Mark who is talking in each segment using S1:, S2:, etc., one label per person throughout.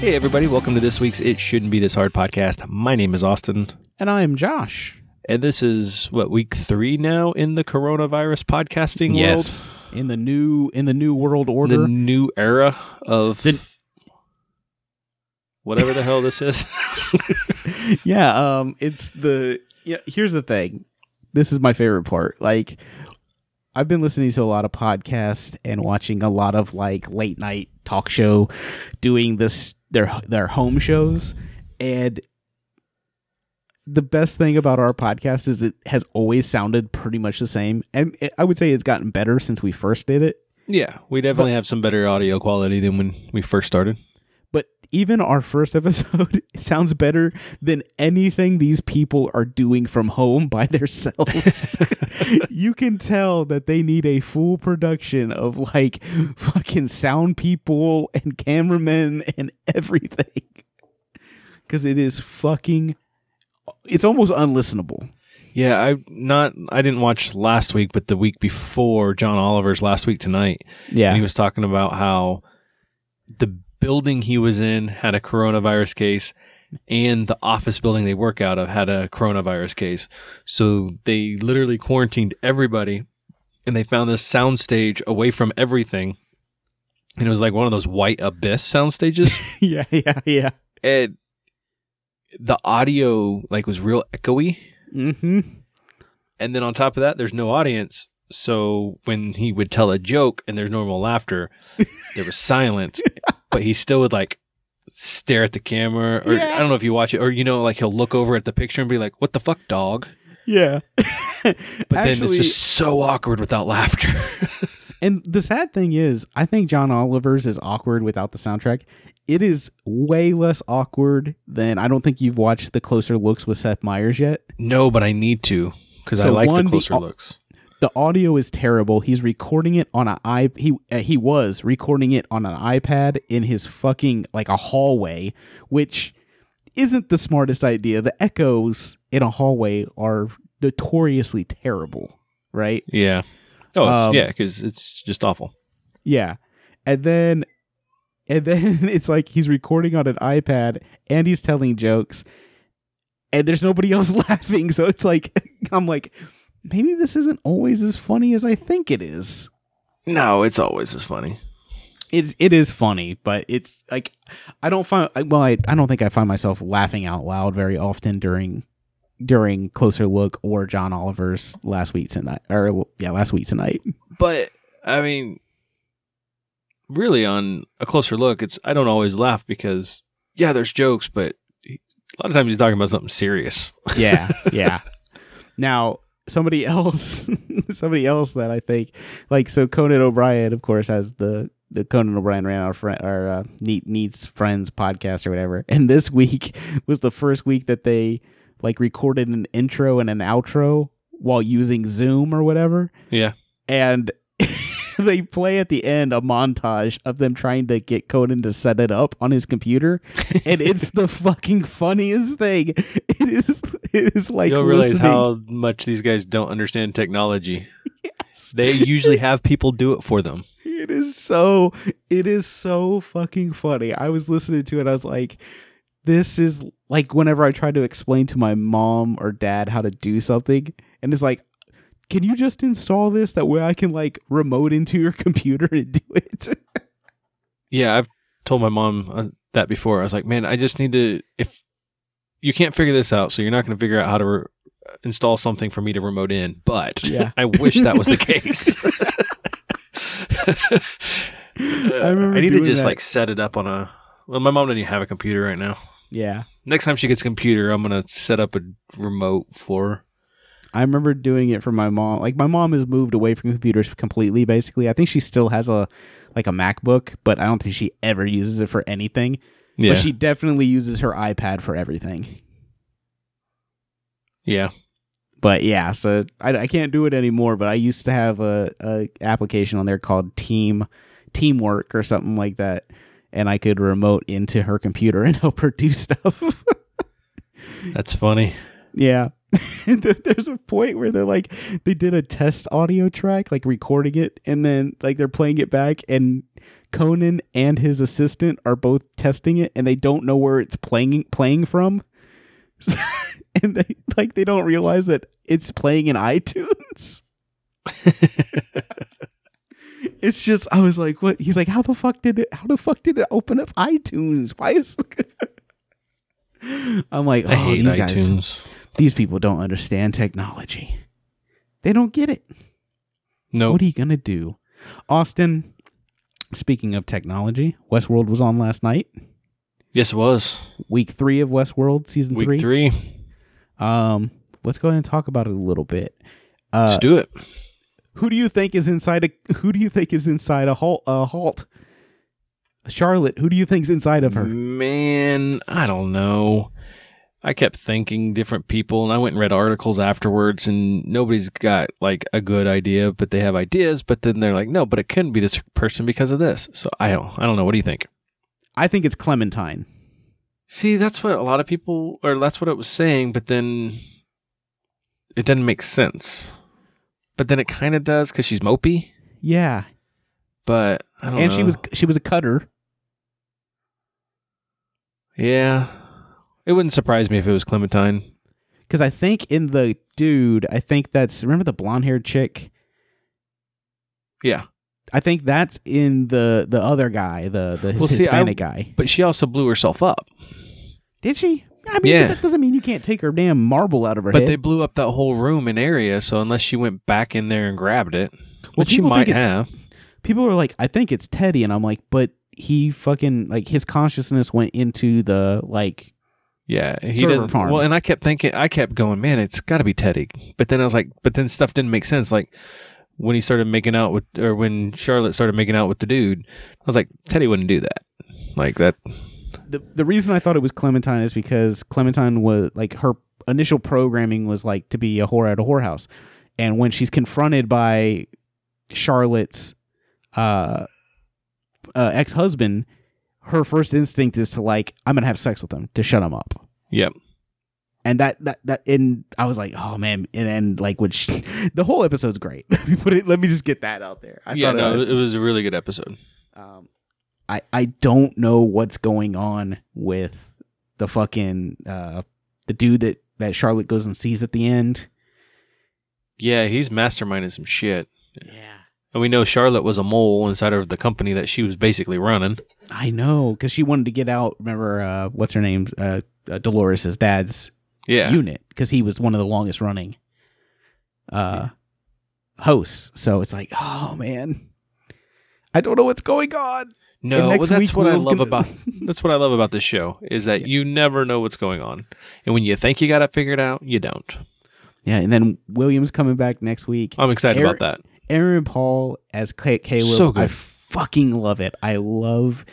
S1: Hey, everybody, welcome to this week's It Shouldn't Be This Hard podcast. My name is Austin,
S2: And I am Josh.
S1: and this is what week three now in the coronavirus podcasting
S2: In the new in the new world
S1: world,
S2: order.
S1: the new era of
S2: The-
S1: whatever the hell this is.
S2: yeah, um it's the yeah, here's the thing. This is my favorite part. Like I've been listening to a lot of podcasts and watching a lot of like late night talk show doing this their their home shows and the best thing about our podcast is it has always sounded pretty much the same and it, I would say it's gotten better since we first did it
S1: yeah, we definitely have some better audio quality than when we first started.
S2: but even our first episode sounds better than anything these people are doing from home by themselves. you can tell that they need a full production of like fucking sound people and cameramen and everything. Cuz it is fucking it's almost unlistenable.
S1: Yeah, I not I didn't watch last week, but the week before John Oliver's last week tonight, And he
S2: Yeah.
S1: was talking about how the building he was in had a coronavirus case and the office building they work out of had a coronavirus case. So they literally quarantined everybody and they found this soundstage away from everything. And it was like one of those white abyss sound stages.
S2: yeah, yeah, yeah.
S1: and the audio like was real echoey.
S2: Mhm.
S1: And then on top of that, there's no audience. So when he would tell a joke and there's normal laughter, there was silence. But he still would like stare at the camera, or
S2: Yeah.
S1: I don't know if you watch it, or you know, like he'll look over at the picture and be like, "What the fuck, dog?"
S2: Yeah. but
S1: But then it's just so awkward without laughter.
S2: And the sad thing is, I think John Oliver's is awkward without the soundtrack. It is way less awkward than I don't think you've watched The Closer Looks with Seth Meyers yet.
S1: no, but I need to because I
S2: So
S1: like
S2: one,
S1: the
S2: the
S1: closer
S2: au-
S1: looks.
S2: The audio is terrible. He's recording it on an i he uh, he was recording it on an iPad in his fucking like a hallway, which isn't the smartest idea. The echoes in a hallway are notoriously terrible, right?
S1: Yeah. Oh it's,
S2: Um,
S1: yeah, because it's just awful.
S2: Yeah. And then and then it's like he's recording on an iPad and he's telling jokes and there's nobody else laughing. So it's like I'm like maybe this isn't always as funny as I think it is.
S1: No, it's always as funny.
S2: It it is funny, but it's like I don't find I- well I, I don't think I find myself laughing out loud very often during during closer look or John Oliver's last week tonight or yeah last week tonight.
S1: but I mean, really, on a closer look, it's I don't always laugh because yeah, there's jokes, but he, a lot of times he's talking about something serious.
S2: Yeah, yeah. now somebody else, somebody else that I think like so Conan O'Brien, of course, has the the Conan O'Brien ran our friend or uh, Need, needs friends podcast or whatever, and this week was the first week that they like recorded an intro and an outro while using Zoom or whatever
S1: Yeah,
S2: and they play at the end a montage of them trying to get Conan to set it up on his computer, and it's the fucking funniest thing. It is. It is like
S1: you don't realize
S2: listening-
S1: how much these guys don't understand technology. They usually have people do it for them.
S2: It is so. It is so fucking funny. I was listening to it. I was like, this is like whenever I try to explain to my mom or dad how to do something, and it's like. Can you just install this? That way I can like remote into your computer and do it.
S1: Yeah, I've told my mom uh, that before. I was like, man, I just need to if you can't figure this out, so you're not going to figure out how to. Re- uh, install something for me to remote in but
S2: Yeah.
S1: i wish that was the case
S2: I remember.
S1: Uh, I need
S2: doing
S1: to just
S2: that.
S1: like set it up on a. Well, my mom doesn't even have a computer right now.
S2: Yeah,
S1: Next time she gets a computer, I'm gonna set up a remote for. her.
S2: I remember doing it for my mom. Like my mom has moved away from computers completely. Basically, I think she still has a like a MacBook, but I don't think she ever uses it for anything. But she definitely uses her iPad for everything.
S1: yeah.
S2: But yeah, so I, I can't do it anymore. But I used to have a, a application on there called Team Teamwork or something like that, and I could remote into her computer and help her do stuff.
S1: That's funny.
S2: Yeah. There- There's a point where they're like, they did a test audio track, like recording it, and then like they're playing it back, and Conan and his assistant are both testing it, and they don't know where it's playing playing from, and they like they don't realize that it's playing in iTunes. It's just I was like, what? He's like, how the fuck did it? How the fuck did it open up iTunes? Why is? I'm like, oh,
S1: I hate
S2: these guys
S1: iTunes.
S2: these people don't understand technology. They don't get it.
S1: No,
S2: What are you going to do? Austin, speaking of technology, Westworld was on last night.
S1: yes, it was
S2: Week 3 of Westworld season
S1: week
S2: 3.
S1: three.
S2: Um let's go ahead and talk about it a little bit. Uh
S1: Let's do it.
S2: who do you think is inside a who do you think is inside a halt a halt? Charlotte, who do you think's inside of
S1: Mm.
S2: her?
S1: Man, I don't know. I kept thinking different people, and I went and read articles afterwards, and nobody's got like a good idea, but they have ideas. But then they're like, no, but it couldn't be this person because of this. So I don't, I don't know. What do you think?
S2: I think it's Clementine.
S1: See, that's what a lot of people, or that's what it was saying, but then it doesn't make sense. But then it kind of does because she's mopey.
S2: Yeah.
S1: But I don't
S2: And she
S1: know.
S2: was she was a cutter.
S1: yeah. It wouldn't surprise me if it was Clementine.
S2: Because I think in the dude, I think that's remember the blonde haired chick.
S1: Yeah,
S2: I think that's in the the other guy, the the
S1: Well, see,
S2: Hispanic guy.
S1: but she also blew herself up.
S2: Did she? I mean,
S1: Yeah.
S2: that doesn't mean you can't take her damn marble out of her
S1: But they
S2: head.
S1: blew up that whole room and area, so unless she went back in there and grabbed it, which she
S2: people
S1: might
S2: think it's-
S1: have.
S2: People are like, I think it's Teddy, and I'm like, but he fucking like his consciousness went into the like,
S1: Yeah, he
S2: server
S1: didn't.
S2: farm.
S1: Well, and I kept thinking, I kept going, man, it's got to be Teddy. But then I was like, but then stuff didn't make sense. Like when he started making out with, or when Charlotte started making out with the dude, I was like, Teddy wouldn't do that. Like that.
S2: the the reason I thought it was Clementine is because Clementine was like her initial programming was like to be a whore at a whorehouse, and when she's confronted by Charlotte's uh, uh ex husband, her first instinct is to like I'm gonna have sex with him to shut him up.
S1: Yep.
S2: and that that that and I was like, oh man, and then like which the whole episode's great. let me put it. Let me just get that out there. I
S1: yeah.
S2: thought
S1: No,
S2: it,
S1: it was a really good episode.
S2: um, I I don't know what's going on with the fucking uh the dude that that Charlotte goes and sees at the end.
S1: Yeah, he's masterminding some shit,
S2: Yeah,
S1: and we know Charlotte was a mole inside of the company that she was basically running.
S2: I know because she wanted to get out. Remember, uh, what's her name? Uh, uh Dolores's dad's
S1: Yeah.
S2: unit because he was one of the longest running uh hosts. So it's like, oh man, I don't know what's going on. And
S1: no, well,
S2: next
S1: that's
S2: week
S1: what I
S2: Will's
S1: love
S2: gonna-
S1: about that's what I love about this show is that you never know what's going on, and when you think you got it figured out, you don't.
S2: Yeah, and then Williams coming back next week.
S1: I'm excited
S2: Eric-
S1: about that.
S2: Aaron Paul as Ca- Caleb.
S1: So good.
S2: I fucking love it. I love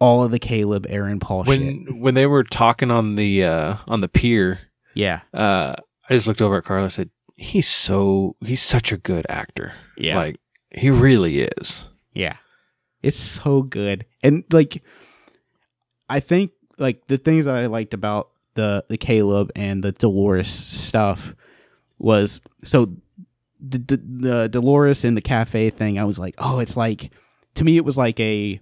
S2: all of the Caleb Aaron Paul Oh, shit.
S1: when when they were talking on the uh on the pier
S2: Yeah,
S1: uh i just looked over at carlos and said he's so he's such a good actor
S2: Yeah.
S1: like he really is
S2: yeah, it's so good. And like, I think like the things that I liked about the the Caleb and the Dolores stuff was so the the, the Dolores and the cafe thing. I was like, oh, it's like to me, it was like a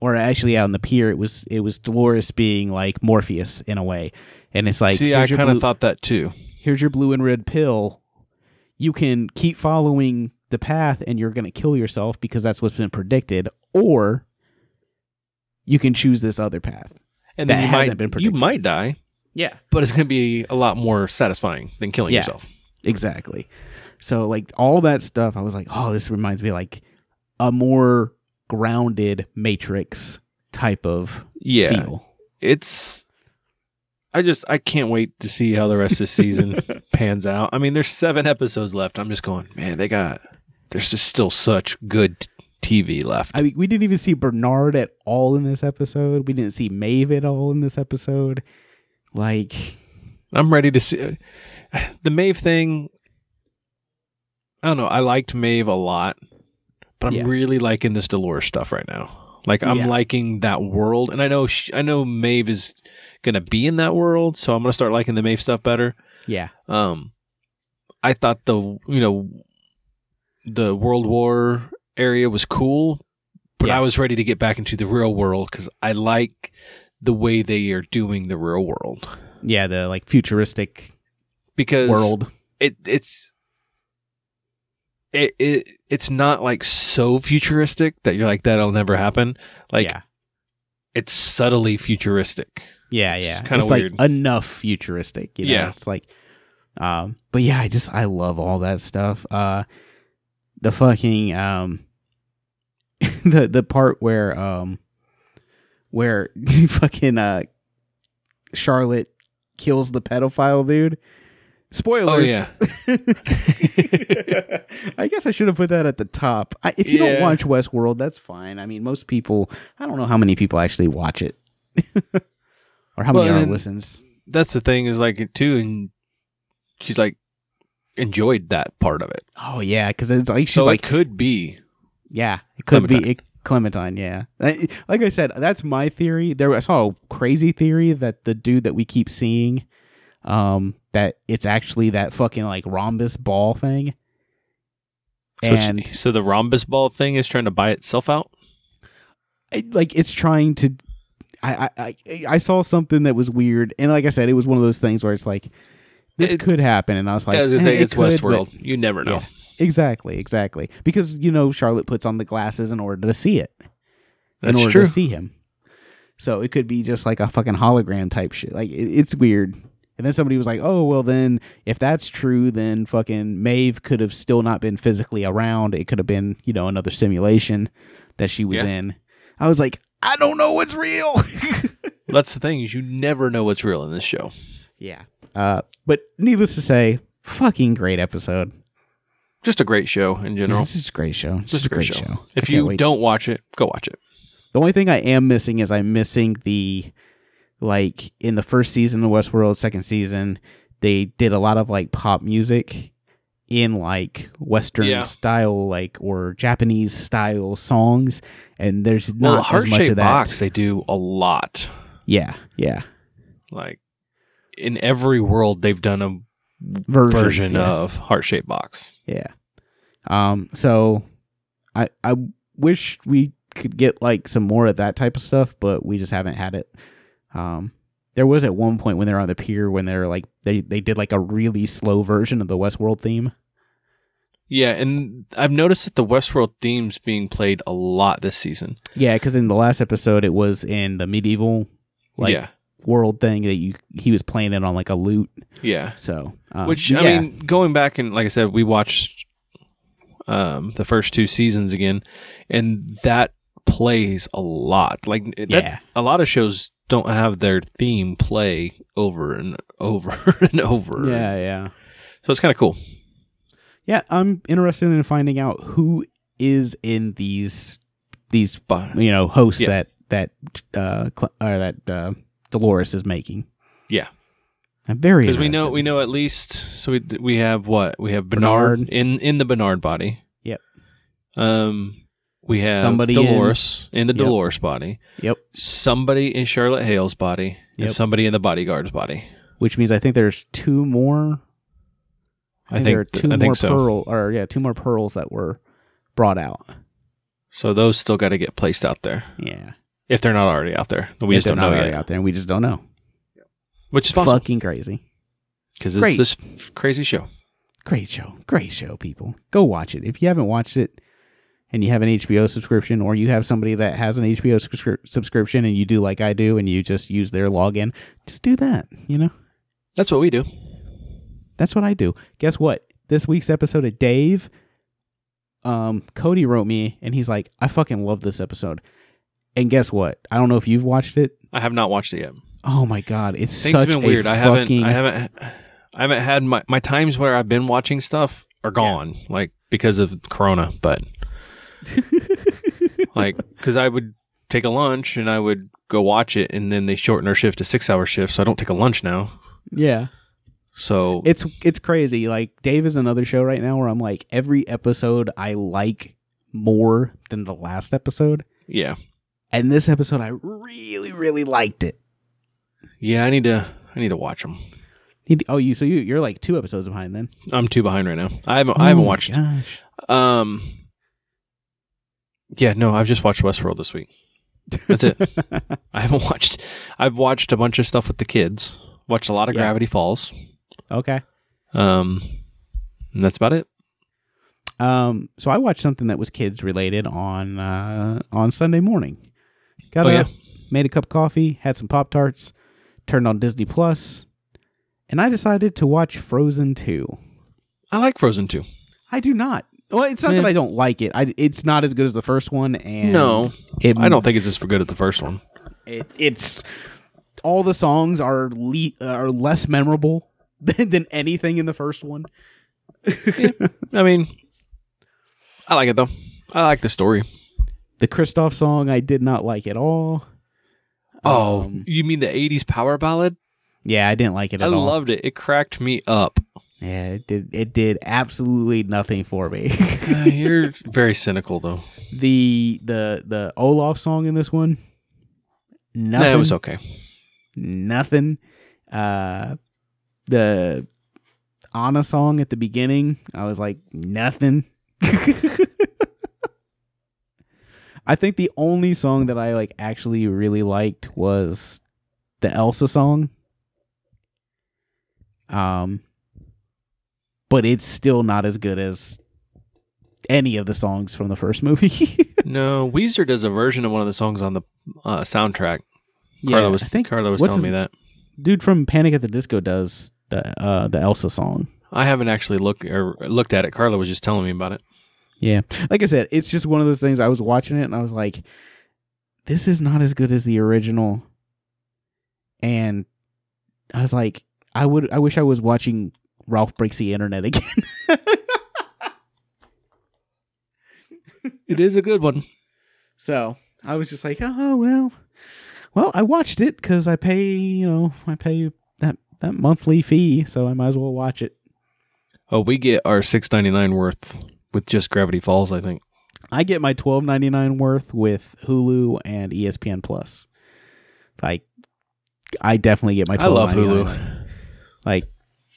S2: or actually out on the pier it was it was dolores being like morpheus in a way and it's like
S1: see i
S2: here's your
S1: kind of
S2: blue-
S1: thought that too
S2: here's your blue and red pill. You can keep following the path and you're going to kill yourself because that's what's been predicted, or you can choose this other path.
S1: and
S2: That
S1: then you
S2: hasn't
S1: might
S2: been
S1: you
S2: predicted.
S1: might die
S2: Yeah.
S1: but it's going to be a lot more satisfying than killing
S2: Yeah.
S1: yourself
S2: Exactly. So, like, all that stuff, I was like, oh, this reminds me of, like a more grounded Matrix type of
S1: yeah
S2: feel.
S1: it's i just i can't wait to see how the rest of the season pans out i mean there's seven episodes left i'm just going man they got there's just still such good t- tv left
S2: I mean, we didn't even see Bernard at all in this episode. We didn't see Maeve at all in this episode. Like,
S1: I'm ready to see the Maeve thing. I don't know. I liked Maeve a lot, but I'm
S2: Yeah.
S1: really liking this Dolores stuff right now. Like I'm
S2: Yeah.
S1: liking that world, and I know sh- I know Maeve is gonna be in that world, so I'm gonna start liking the Maeve stuff better.
S2: Yeah.
S1: Um, I thought the you know the World War area was cool, but
S2: Yeah.
S1: I was ready to get back into the real world because I like the way they are doing the real world
S2: Yeah, the like futuristic
S1: because
S2: world.
S1: it it's it, it it's not like so futuristic that you're like that'll never happen. Like
S2: yeah.
S1: it's subtly futuristic.
S2: Yeah,
S1: It's
S2: yeah.
S1: kinda
S2: It's, like,
S1: weird.
S2: enough futuristic, you know.
S1: Yeah.
S2: It's like um but yeah, I just I love all that stuff. Uh the fucking um the the part where um where fucking uh Charlotte kills the pedophile dude. Spoilers.
S1: Oh, yeah.
S2: I guess I should have put that at the top. I, if you don't
S1: Yeah.
S2: watch Westworld, that's fine. I mean, most people, I don't know how many people actually watch it or how
S1: Well,
S2: many
S1: and
S2: are
S1: then-
S2: listens.
S1: That's the thing is like it too, and she's like enjoyed that part of it.
S2: Oh, yeah. Cause it's like, she's
S1: so
S2: like,
S1: it could be
S2: yeah, it could be
S1: Clementine.
S2: it, Clementine. Yeah. I- Like I said, that's my theory. There, I saw a crazy theory that the dude that we keep seeing, um, that it's actually that fucking like rhombus ball thing.
S1: so, it's-
S2: And-
S1: so the rhombus ball thing is trying to buy itself out.
S2: it, like it's trying to I, I I I saw something that was weird and like I said it was one of those things where it's like this
S1: It-
S2: could happen and I was like
S1: yeah, I was gonna
S2: eh,
S1: say
S2: it
S1: it's
S2: could, but-
S1: Westworld. You never know.
S2: Yeah. exactly exactly because you know Charlotte puts on the glasses in order to see it in
S1: That's
S2: order
S1: true.
S2: to see him so it could be just like a fucking hologram type shit like it, it's weird and then somebody was like oh well then if that's true then fucking Maeve could have still not been physically around it could have been you know another simulation that she was
S1: Yeah.
S2: in I was like I don't know what's real
S1: That's the thing is you never know what's real in this show.
S2: Yeah. Uh, but needless to say, fucking great episode.
S1: Just a great show in general.
S2: This is a great show. This, is a great, show. I
S1: If
S2: can't
S1: you
S2: wait.
S1: don't watch it, go watch it.
S2: the only thing I am missing is I'm missing the like in the first season of Westworld, second season, they did a lot of like pop music in like Western
S1: Yeah.
S2: style, like or Japanese style songs, and there's
S1: Well, the
S2: not as
S1: heart
S2: much of
S1: shaped
S2: that.
S1: box they do a lot.
S2: Yeah, yeah.
S1: Like in every world, they've done a
S2: Version,
S1: version
S2: yeah.
S1: of heart shaped box.
S2: Yeah. Um. So, I I wish we could get like some more of that type of stuff, but we just haven't had it. Um. There was at one point when they're on the pier when they're like they they did like a really slow version of the Westworld theme.
S1: Yeah, and I've noticed that the Westworld themes being played a lot this season.
S2: Yeah, because in the last episode it was in the medieval like
S1: yeah,
S2: world thing that you he was playing it on like a lute.
S1: yeah.
S2: So um,
S1: Which
S2: yeah,
S1: I mean, going back and like I said, we watched um, the first two seasons again, and that plays a lot. Like that,
S2: yeah,
S1: a lot of shows don't have their theme play over and over and over.
S2: yeah, yeah.
S1: So it's kind of cool.
S2: Yeah, I'm interested in finding out who is in these these
S1: But
S2: you know hosts
S1: Yeah.
S2: that that uh Cl- or that uh, Dolores is making.
S1: Yeah.
S2: I'm very
S1: because we know
S2: interested.
S1: we know at least so we we have what we have Bernard,
S2: Bernard.
S1: in in the Bernard body.
S2: Yep.
S1: Um, we have
S2: Somebody in-
S1: Dolores in, the
S2: Yep.
S1: Dolores body.
S2: Yep.
S1: Somebody in Charlotte Hale's body,
S2: Yep.
S1: and somebody in the bodyguard's body.
S2: which means I think there's two more.
S1: I think
S2: there are
S1: th-
S2: two
S1: I think
S2: more
S1: so.
S2: pearl or yeah two more pearls that were brought out.
S1: So those still got to get placed out there
S2: Yeah,
S1: if they're not already out there. We
S2: If
S1: just
S2: they're
S1: don't
S2: not
S1: know
S2: already
S1: yet,
S2: out there, and we just don't know.
S1: which is possible
S2: Fucking crazy.
S1: because
S2: Great.
S1: it's this f- crazy show.
S2: Great show. Great show, people. Go watch it. If you haven't watched it and you have an HBO subscription or you have somebody that has an HBO subscri- subscription and you do like I do and you just use their login, just do that, you know?
S1: That's what we do.
S2: That's what I do. Guess what? This week's episode of Dave, um, Cody wrote me and he's like, I fucking love this episode. And guess what? I don't know if you've watched it.
S1: I have not watched it yet.
S2: Oh my god, it's
S1: Things
S2: such
S1: have been weird.
S2: I
S1: I haven't. I haven't. I haven't had my my times where I've been watching stuff are gone, like because of Corona. But like, because I would take a lunch and I would go watch it, and then they shorten our shift to six hour shift, so I don't take a lunch now.
S2: yeah.
S1: So
S2: it's it's crazy. Like Dave is another show right now where I'm like every episode I like more than the last episode.
S1: yeah,
S2: And this episode, I really, really liked it.
S1: Yeah, I need to. I need to watch them.
S2: Need- Oh, you so you you're like two episodes behind then.
S1: I'm too behind right now. I haven't. I
S2: Oh
S1: haven't watched.
S2: Gosh.
S1: Um. Yeah, no, I've just watched Westworld this week. That's it. I haven't watched. I've watched a bunch of stuff with the kids. Watched a lot of
S2: Yeah.
S1: Gravity Falls.
S2: okay.
S1: Um, and that's about it.
S2: Um. So I watched something that was kids related on uh, on Sunday morning. Got
S1: Oh,
S2: up, made a cup of coffee, had some pop tarts, turned on Disney Plus, and I decided to watch Frozen Two.
S1: I like Frozen too.
S2: I do not. Well, it's not
S1: Yeah.
S2: that I don't like it. I, it's not as good as the first one, and
S1: No,
S2: it,
S1: I don't think it's as good as the first one.
S2: It, it's all the songs are le- are less memorable than, than anything in the first one.
S1: I mean, I like it though. I like the story.
S2: The Kristoff song I did not like at all.
S1: Oh,
S2: Um,
S1: you mean the '80s power ballad?
S2: yeah, I didn't like it
S1: I
S2: at all.
S1: loved it. It cracked me up.
S2: yeah, it did. It did absolutely nothing for me.
S1: Uh, you're very cynical though.
S2: the the the Olaf song in this one, nothing.
S1: That was okay.
S2: nothing. Uh, the Anna song at the beginning, I was like, nothing. I think the only song that I like actually really liked was the Elsa song. Um, but it's still not as good as any of the songs from the first movie.
S1: No, Weezer does a version of one of the songs on the uh, soundtrack. Carla was
S2: I think
S1: Carla was
S2: what's
S1: telling
S2: his-
S1: me that.
S2: dude from Panic at the Disco does the uh the Elsa song.
S1: I haven't actually looked or looked at it. Carla was just telling me about it.
S2: Yeah. Like I said, it's just one of those things I was watching it and I was like this is not as good as the original. And I was like I would I wish I was watching Ralph Breaks the Internet again.
S1: It is a good one.
S2: so, I was just like, "Oh, well. Well, I watched it cuz I pay, you know, I pay that that monthly fee, so I might as well watch it.
S1: Oh, we get our six ninety nine worth with just Gravity Falls. I think.
S2: I get my twelve ninety nine worth with Hulu and E ESPN Plus. Like, I definitely get my.
S1: I love
S2: $12.99.
S1: Hulu.
S2: Like,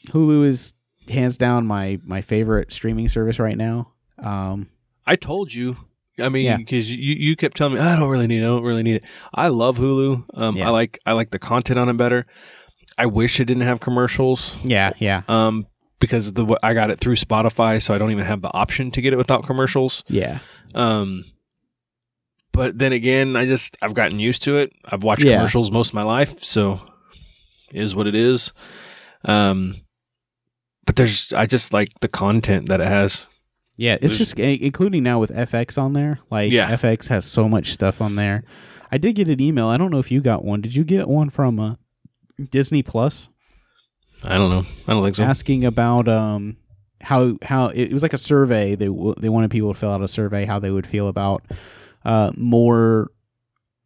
S2: Hulu is hands down my my favorite streaming service right now. Um,
S1: I told you. I mean,
S2: Yeah.
S1: because you, you kept telling me I don't really need. it. I don't really need it. I love Hulu. Um,
S2: Yeah.
S1: I like I like the content on it better. I wish it didn't have commercials.
S2: yeah, yeah,
S1: Um, because the I got it through Spotify, so I don't even have the option to get it without commercials.
S2: yeah,
S1: Um, but then again, I just I've gotten used to it. I've watched
S2: Yeah.
S1: commercials most of my life, so it is what it is. Um, but there's I just like the content that it has.
S2: yeah. It's just i- including now with FX on there. Like,
S1: Yeah.
S2: FX has so much stuff on there. I did get an email. I don't know if you got one. Did you get one from uh, Disney Plus?
S1: I don't know. I don't think so.
S2: asking about um how how it, it was like a survey they w- they wanted people to fill out a survey how they would feel about uh more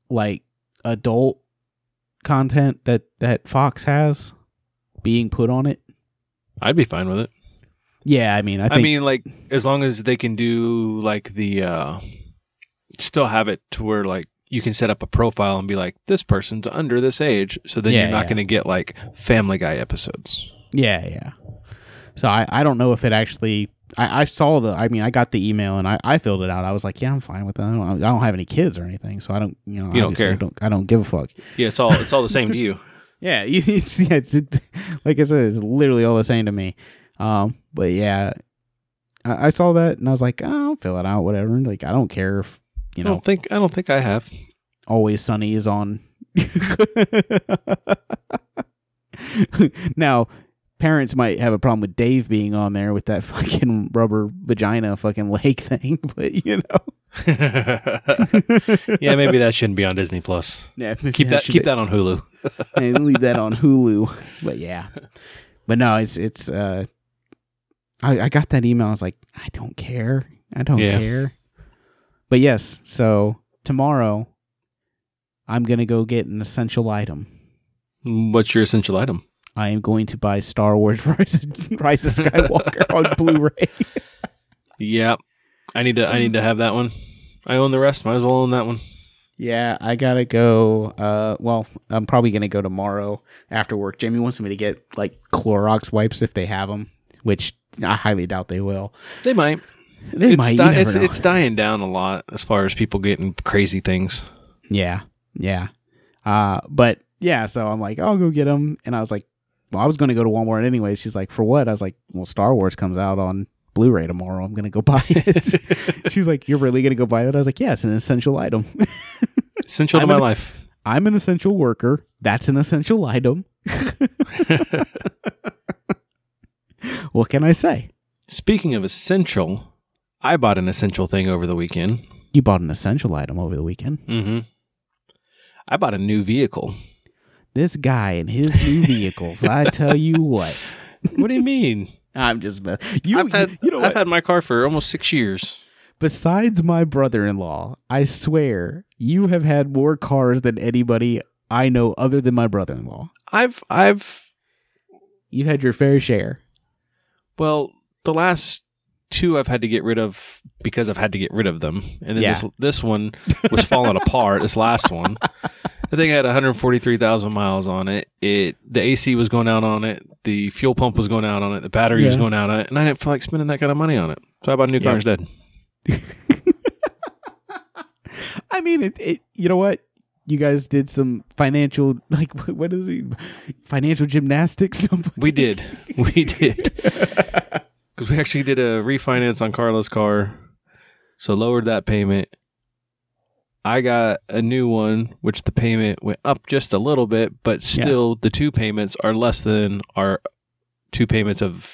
S2: like adult content that that Fox has being put on it.
S1: I'd be fine with it.
S2: Yeah, I mean, I
S1: I,
S2: think
S1: mean, like as long as they can do like the uh still have it to where like you can set up a profile and be like this person's under this age, so then
S2: Yeah,
S1: you're not
S2: yeah.
S1: going to get like Family Guy episodes.
S2: yeah, yeah. So I I don't know if it actually I, I saw the I mean I got the email and I, I filled it out I was like yeah I'm fine with that I don't, I don't have any kids or anything so I don't you know
S1: You don't
S2: obviously I
S1: care.
S2: don't I don't give a fuck
S1: Yeah, it's all it's all the same to you.
S2: Yeah, you- it's, yeah, it's it, like I said, it's literally all the same to me. Um, but yeah, I, I saw that and I was like, oh, I'll fill it out, whatever. And, Like I don't care if you
S1: I
S2: know,
S1: don't think I don't think I have.
S2: always sunny is on. now, parents might have a problem with Dave being on there with that fucking rubber vagina fucking leg thing, but you know,
S1: yeah, maybe that shouldn't be on Disney Plus.
S2: yeah,
S1: Keep that keep that on Hulu.
S2: and leave that on Hulu. But yeah, but no, it's it's. uh I, I got that email. I was like, I don't care. I don't
S1: Yeah.
S2: care. But yes, so tomorrow, I'm gonna go get an essential item.
S1: What's your essential item?
S2: I am going to buy Star Wars Rise of, Rise of Skywalker on Blu-ray.
S1: Yeah, I need to I need to have that one. I own the rest. Might as well own that one.
S2: Yeah, I gotta go. Uh, well, I'm probably gonna go tomorrow after work. Jamie wants me to get like Clorox wipes if they have them, which I highly doubt they will.
S1: They might.
S2: They
S1: it's
S2: might. you
S1: di-
S2: never
S1: it's,
S2: know.
S1: it's dying down a lot as far as people getting crazy things.
S2: Yeah, yeah. Uh, but yeah, so I'm like, I'll go get them, and I was like, well, I was gonna go to Walmart anyway. She's like, for what? I was like, well, Star Wars comes out on Blu-ray tomorrow. I'm gonna go buy it. She's like, you're really gonna go buy that? I was like, yeah, it's an essential item.
S1: Essential to
S2: I'm
S1: my
S2: gonna-
S1: life.
S2: I'm an essential worker. That's an essential item. What can I say?
S1: Speaking of essential, I bought an essential thing over the weekend.
S2: You bought an essential item over the weekend.
S1: Mm-hmm. I bought a new vehicle.
S2: This guy and his new vehicles. I tell you what,
S1: What do you mean?
S2: I'm just me- you.
S1: I've had
S2: you know
S1: I've
S2: what?
S1: had my car for almost six years.
S2: Besides my brother-in-law, I swear you have had more cars than anybody I know other than my brother-in-law.
S1: I've I've
S2: You had your fair share.
S1: Well, the last two I've had to get rid of because I've had to get rid of them, and then
S2: Yeah.
S1: this this one was falling apart. This last one, I think I had 143,000 miles on it. It the AC was going out on it, the fuel pump was going out on it, the battery was
S2: Yeah.
S1: going out on it, and I didn't feel like spending that kind of money on it. So I bought a new
S2: Yeah.
S1: car instead.
S2: I mean, it, it. You know what? You guys did some financial, like, what- what is it? Financial gymnastics.
S1: We did, we did, because we actually did a refinance on Carlos' car, so lowered that payment. I got a new one, which the payment went up just a little bit, but
S2: Yeah.
S1: still the two payments are less than our two payments of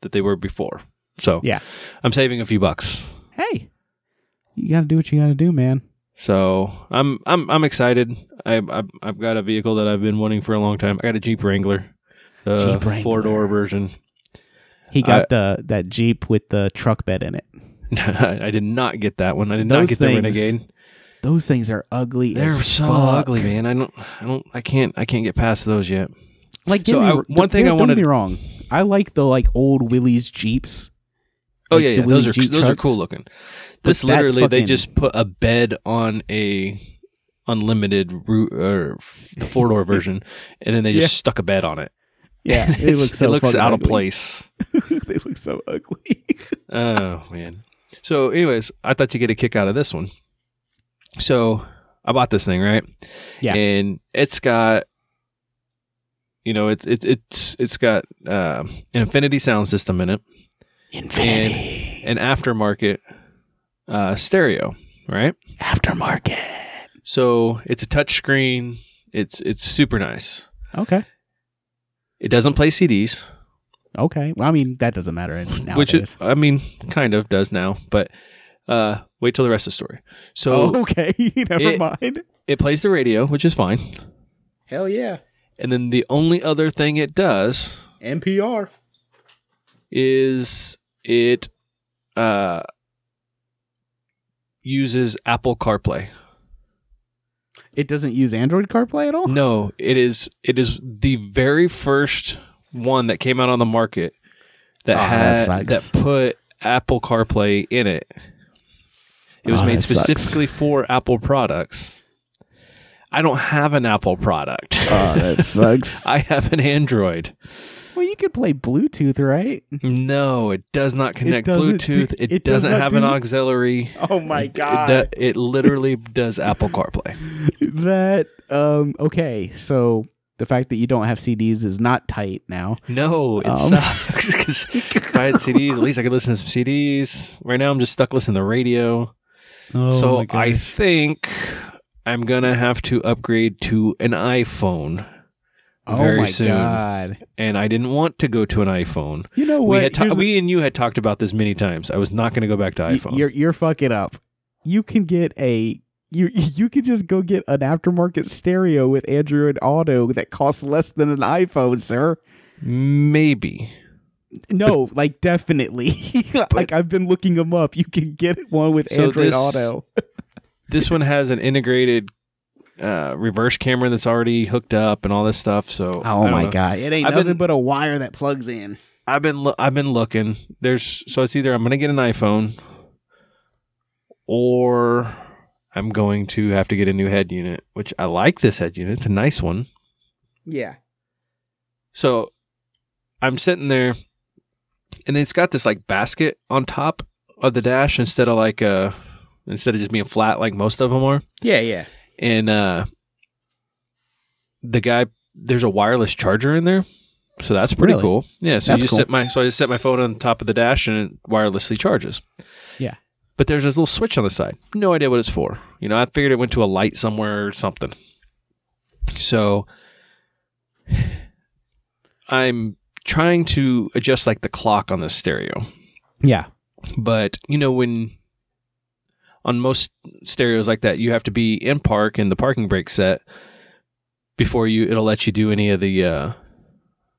S1: that they were before. So
S2: Yeah.
S1: I'm saving a few bucks.
S2: hey, you got to do what you got to do, man.
S1: So I'm I'm I'm excited. I, I I've got a vehicle that I've been wanting for a long time. I got a Jeep Wrangler, the
S2: Jeep Wrangler.
S1: four door version.
S2: He got the that Jeep with the truck bed in it.
S1: I did not get that one. I did not
S2: Those
S1: get the
S2: things-
S1: Renegade.
S2: Those things are ugly.
S1: They're
S2: as
S1: so
S2: fuck.
S1: ugly, man. I don't I don't I can't I can't get past those yet.
S2: Like,
S1: So
S2: get me-
S1: I- one thing
S2: don't-
S1: I wanted-
S2: Don't be wrong. I like the like old Willie's Jeeps.
S1: Oh
S2: Like
S1: yeah,
S2: the
S1: yeah. Those
S2: Willie
S1: are
S2: Jeep
S1: those are
S2: trucks.
S1: cool looking. This
S2: that
S1: literally they
S2: fucking-
S1: just put a bed on a unlimited root or f- the four door version, and then they just stuck a bed on it.
S2: Yeah, it
S1: It's-
S2: looks so
S1: it looks
S2: fucking
S1: out of
S2: ugly.
S1: place.
S2: they look so ugly.
S1: Oh man. So, anyways, I thought you get a kick out of this one. So I bought this thing, right?
S2: Yeah.
S1: And it's got, you know, it's it's it's it's got uh, an Infinity sound system in it,
S2: Infinity
S1: an aftermarket uh, stereo, right?
S2: aftermarket.
S1: So it's a touch screen. It's it's super nice.
S2: Okay.
S1: It doesn't play CDs,
S2: Okay. Well, I mean that doesn't matter in- nowadays.
S1: which it, I mean, kind of does now, but uh, wait till the rest of the story. So
S2: oh, okay. Never
S1: it-
S2: mind.
S1: it plays the radio, which is fine.
S2: Hell yeah.
S1: And then the only other thing it does
S2: NPR.
S1: is it uh, uses Apple CarPlay.
S2: It doesn't use Android CarPlay at all.
S1: No, it is it is the very first one that came out on the market that
S2: Oh, that
S1: had
S2: sucks.
S1: that put Apple CarPlay in it. It was
S2: Oh,
S1: made
S2: that sucks.
S1: specifically for Apple products. I don't have an Apple product.
S2: Oh, that sucks.
S1: I have an Android.
S2: well, you could play Bluetooth, right?
S1: No, it does not connect
S2: doesn't do-
S1: Bluetooth. it,
S2: it does
S1: doesn't
S2: not
S1: have an
S2: do-
S1: auxiliary.
S2: Oh my
S1: It, do- it literally does Apple CarPlay.
S2: that um okay so the fact that you don't have cds is not tight now
S1: No, it
S2: Um.
S1: sucks. 'cause if I had CDs, at least I could listen to some CDs. Right now, I'm just stuck listening to the radio.
S2: oh
S1: so I think I'm gonna have to upgrade to an iPhone,
S2: oh
S1: very
S2: my
S1: soon.
S2: god
S1: and I didn't want to go to an iPhone.
S2: you know what
S1: we had ta-
S2: Here's the-
S1: we and you had talked about this many times. I was not going to go back to
S2: y-
S1: iPhone.
S2: you're you're fucking up you can get a you you could just go get an aftermarket stereo with android auto that costs less than an iphone sir
S1: Maybe.
S2: no like definitely like i've been looking them up you can get one with
S1: So
S2: android
S1: this-
S2: auto
S1: this one has an integrated uh, reverse camera that's already hooked up and all this stuff. So I don't know.
S2: Oh god it ain't
S1: I've
S2: nothing
S1: been-
S2: but a wire that plugs in
S1: I've been loo- I've been looking. There's so it's either I'm gonna get an iPhone or I'm going to have to get a new head unit, which I like this head unit. It's a nice one.
S2: Yeah.
S1: So I'm sitting there and it's got this like basket on top of the dash instead of like uh instead of just being flat like most of them are.
S2: Yeah, yeah.
S1: And uh the guy there's a wireless charger in there. So that's pretty
S2: Really?
S1: cool. Yeah, so
S2: That's
S1: you just
S2: cool.
S1: set my so I just set my phone on top of the dash and it wirelessly charges.
S2: Yeah.
S1: But there's this little switch on the side. No idea what it's for. You know, I figured it went to a light somewhere or something. So I'm trying to adjust like the clock on the stereo.
S2: Yeah.
S1: But you know when on most stereos like that, you have to be in park in the parking brake set before you it'll let you do any of the uh,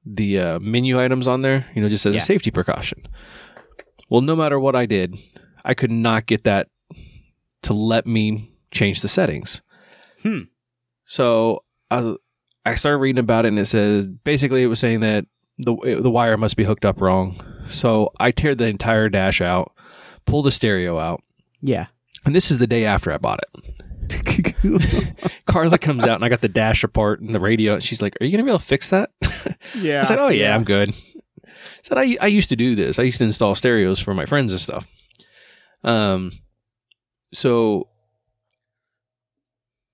S1: the uh, menu items on there. You know, just as
S2: Yeah.
S1: a safety precaution. Well, no matter what I did, I could not get that to let me change the settings.
S2: Hmm.
S1: So I was- I started reading about it, and it says basically it was saying that the the wire must be hooked up wrong. So I tear the entire dash out, pull the stereo out,
S2: Yeah.
S1: and this is the day after I bought it. Carla comes out and I got the dash apart and the radio. And she's like, "Are you gonna be able to fix that?"
S2: yeah.
S1: I said, "Oh yeah, I'm good." I said, "I I used to do this. I used to install stereos for my friends and stuff." Um, so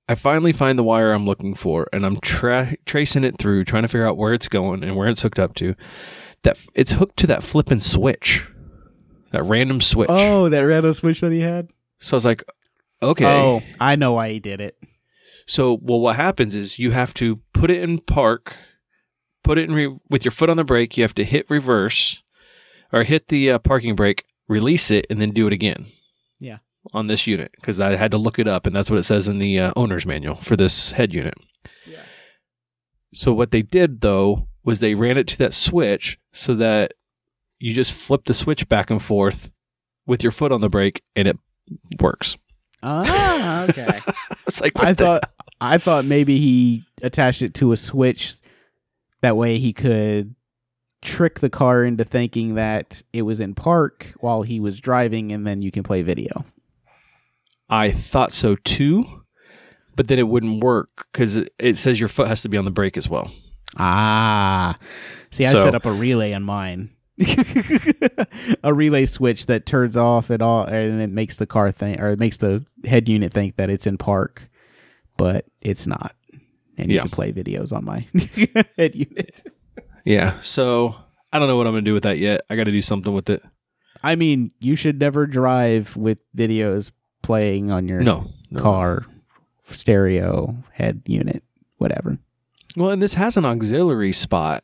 S1: I finally find the wire I'm looking for, and I'm tra- tracing it through, trying to figure out where it's going and where it's hooked up to. That f- it's hooked to that flipping switch, that random switch.
S2: Oh, that random switch that he had.
S1: So I was like, "Okay."
S2: Oh, I know why he did it.
S1: So, well, what happens is you have to put it in park, put it in re- with your foot on the brake. You have to hit reverse or hit the uh, parking brake, release it, and then do it again.
S2: Yeah.
S1: On this unit, because I had to look it up, and that's what it says in the uh, owner's manual for this head unit.
S2: Yeah.
S1: So, what they did though was they ran it to that switch so that you just flip the switch back and forth with your foot on the brake, and it works.
S2: Ah, okay.
S1: It's like
S2: I
S1: what the-
S2: thought I thought maybe he attached it to a switch that way he could trick the car into thinking that it was in park while he was driving and then you can play video.
S1: I thought so too, but then it wouldn't work because it, it says your foot has to be on the brake as well.
S2: Ah. See, I
S1: So-
S2: set up a relay on mine. a relay switch that turns off at all and it makes the car think or it makes the head unit think that it's in park, but it's not. And you
S1: Yeah.
S2: can play videos on my head unit.
S1: Yeah. So I don't know what I'm going to do with that yet. I got to do something with it.
S2: I mean, you should never drive with videos playing on your
S1: No. no.
S2: car, stereo, head unit, whatever.
S1: Well, and this has an auxiliary spot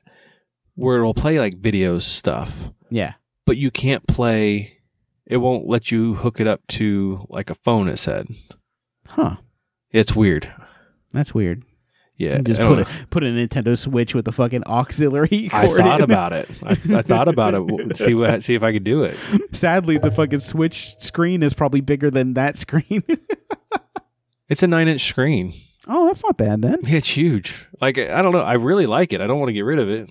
S1: where it'll play like videos stuff,
S2: Yeah.
S1: but you can't play. It won't let you hook it up to like a phone. It said
S2: Huh.
S1: it's weird.
S2: That's weird.
S1: Yeah.
S2: You just
S1: I don't
S2: put
S1: know.
S2: a put a Nintendo Switch with a fucking auxiliary
S1: I
S2: cord.
S1: thought
S2: in.
S1: about it. I, I thought about it. w- See what? See if I could do it.
S2: Sadly, the fucking Switch screen is probably bigger than that screen.
S1: It's a nine-inch screen.
S2: oh, that's not bad then.
S1: Yeah, it's huge. Like I I don't know. I really like it. I don't want to get rid of it.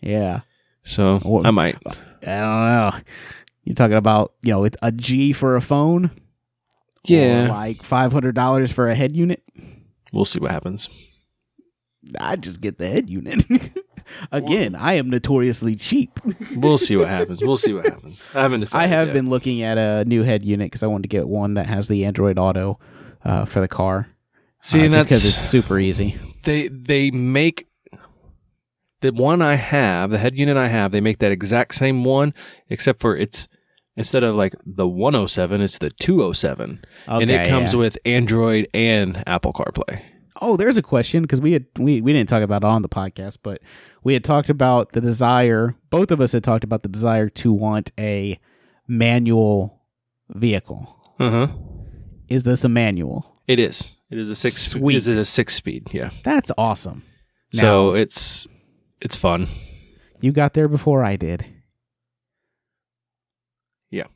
S2: Yeah.
S1: So
S2: What-
S1: I might.
S2: I don't know. You're talking about you know with a G for a phone. Or
S1: Yeah,
S2: like five hundred dollars for a head unit.
S1: we'll see what happens.
S2: I just get the head unit. Again, I am notoriously cheap.
S1: We'll see what happens. We'll see what happens. I haven't
S2: I
S1: decided.
S2: have
S1: yet.
S2: been looking at a new head unit because I wanted to get one that has the Android Auto uh, for the car.
S1: See,
S2: uh,
S1: and
S2: just because it's
S1: that's
S2: super easy.
S1: they they make the one I have, the head unit I have. They make that exact same one, except for it's instead of like the 107, it's the 207, and it
S2: Okay,
S1: comes
S2: yeah.
S1: with Android and Apple CarPlay.
S2: Oh, there's a question because we had we, we didn't talk about it on the podcast, but we had talked about the desire. Both of us had talked about the desire to want a manual vehicle.
S1: Uh
S2: Uh-huh.
S1: huh.
S2: Is this a manual?
S1: It is. It is a six.
S2: Sweet.
S1: It is a six speed. Yeah.
S2: That's awesome.
S1: so it's it's fun.
S2: You got there before I did.
S1: Yeah.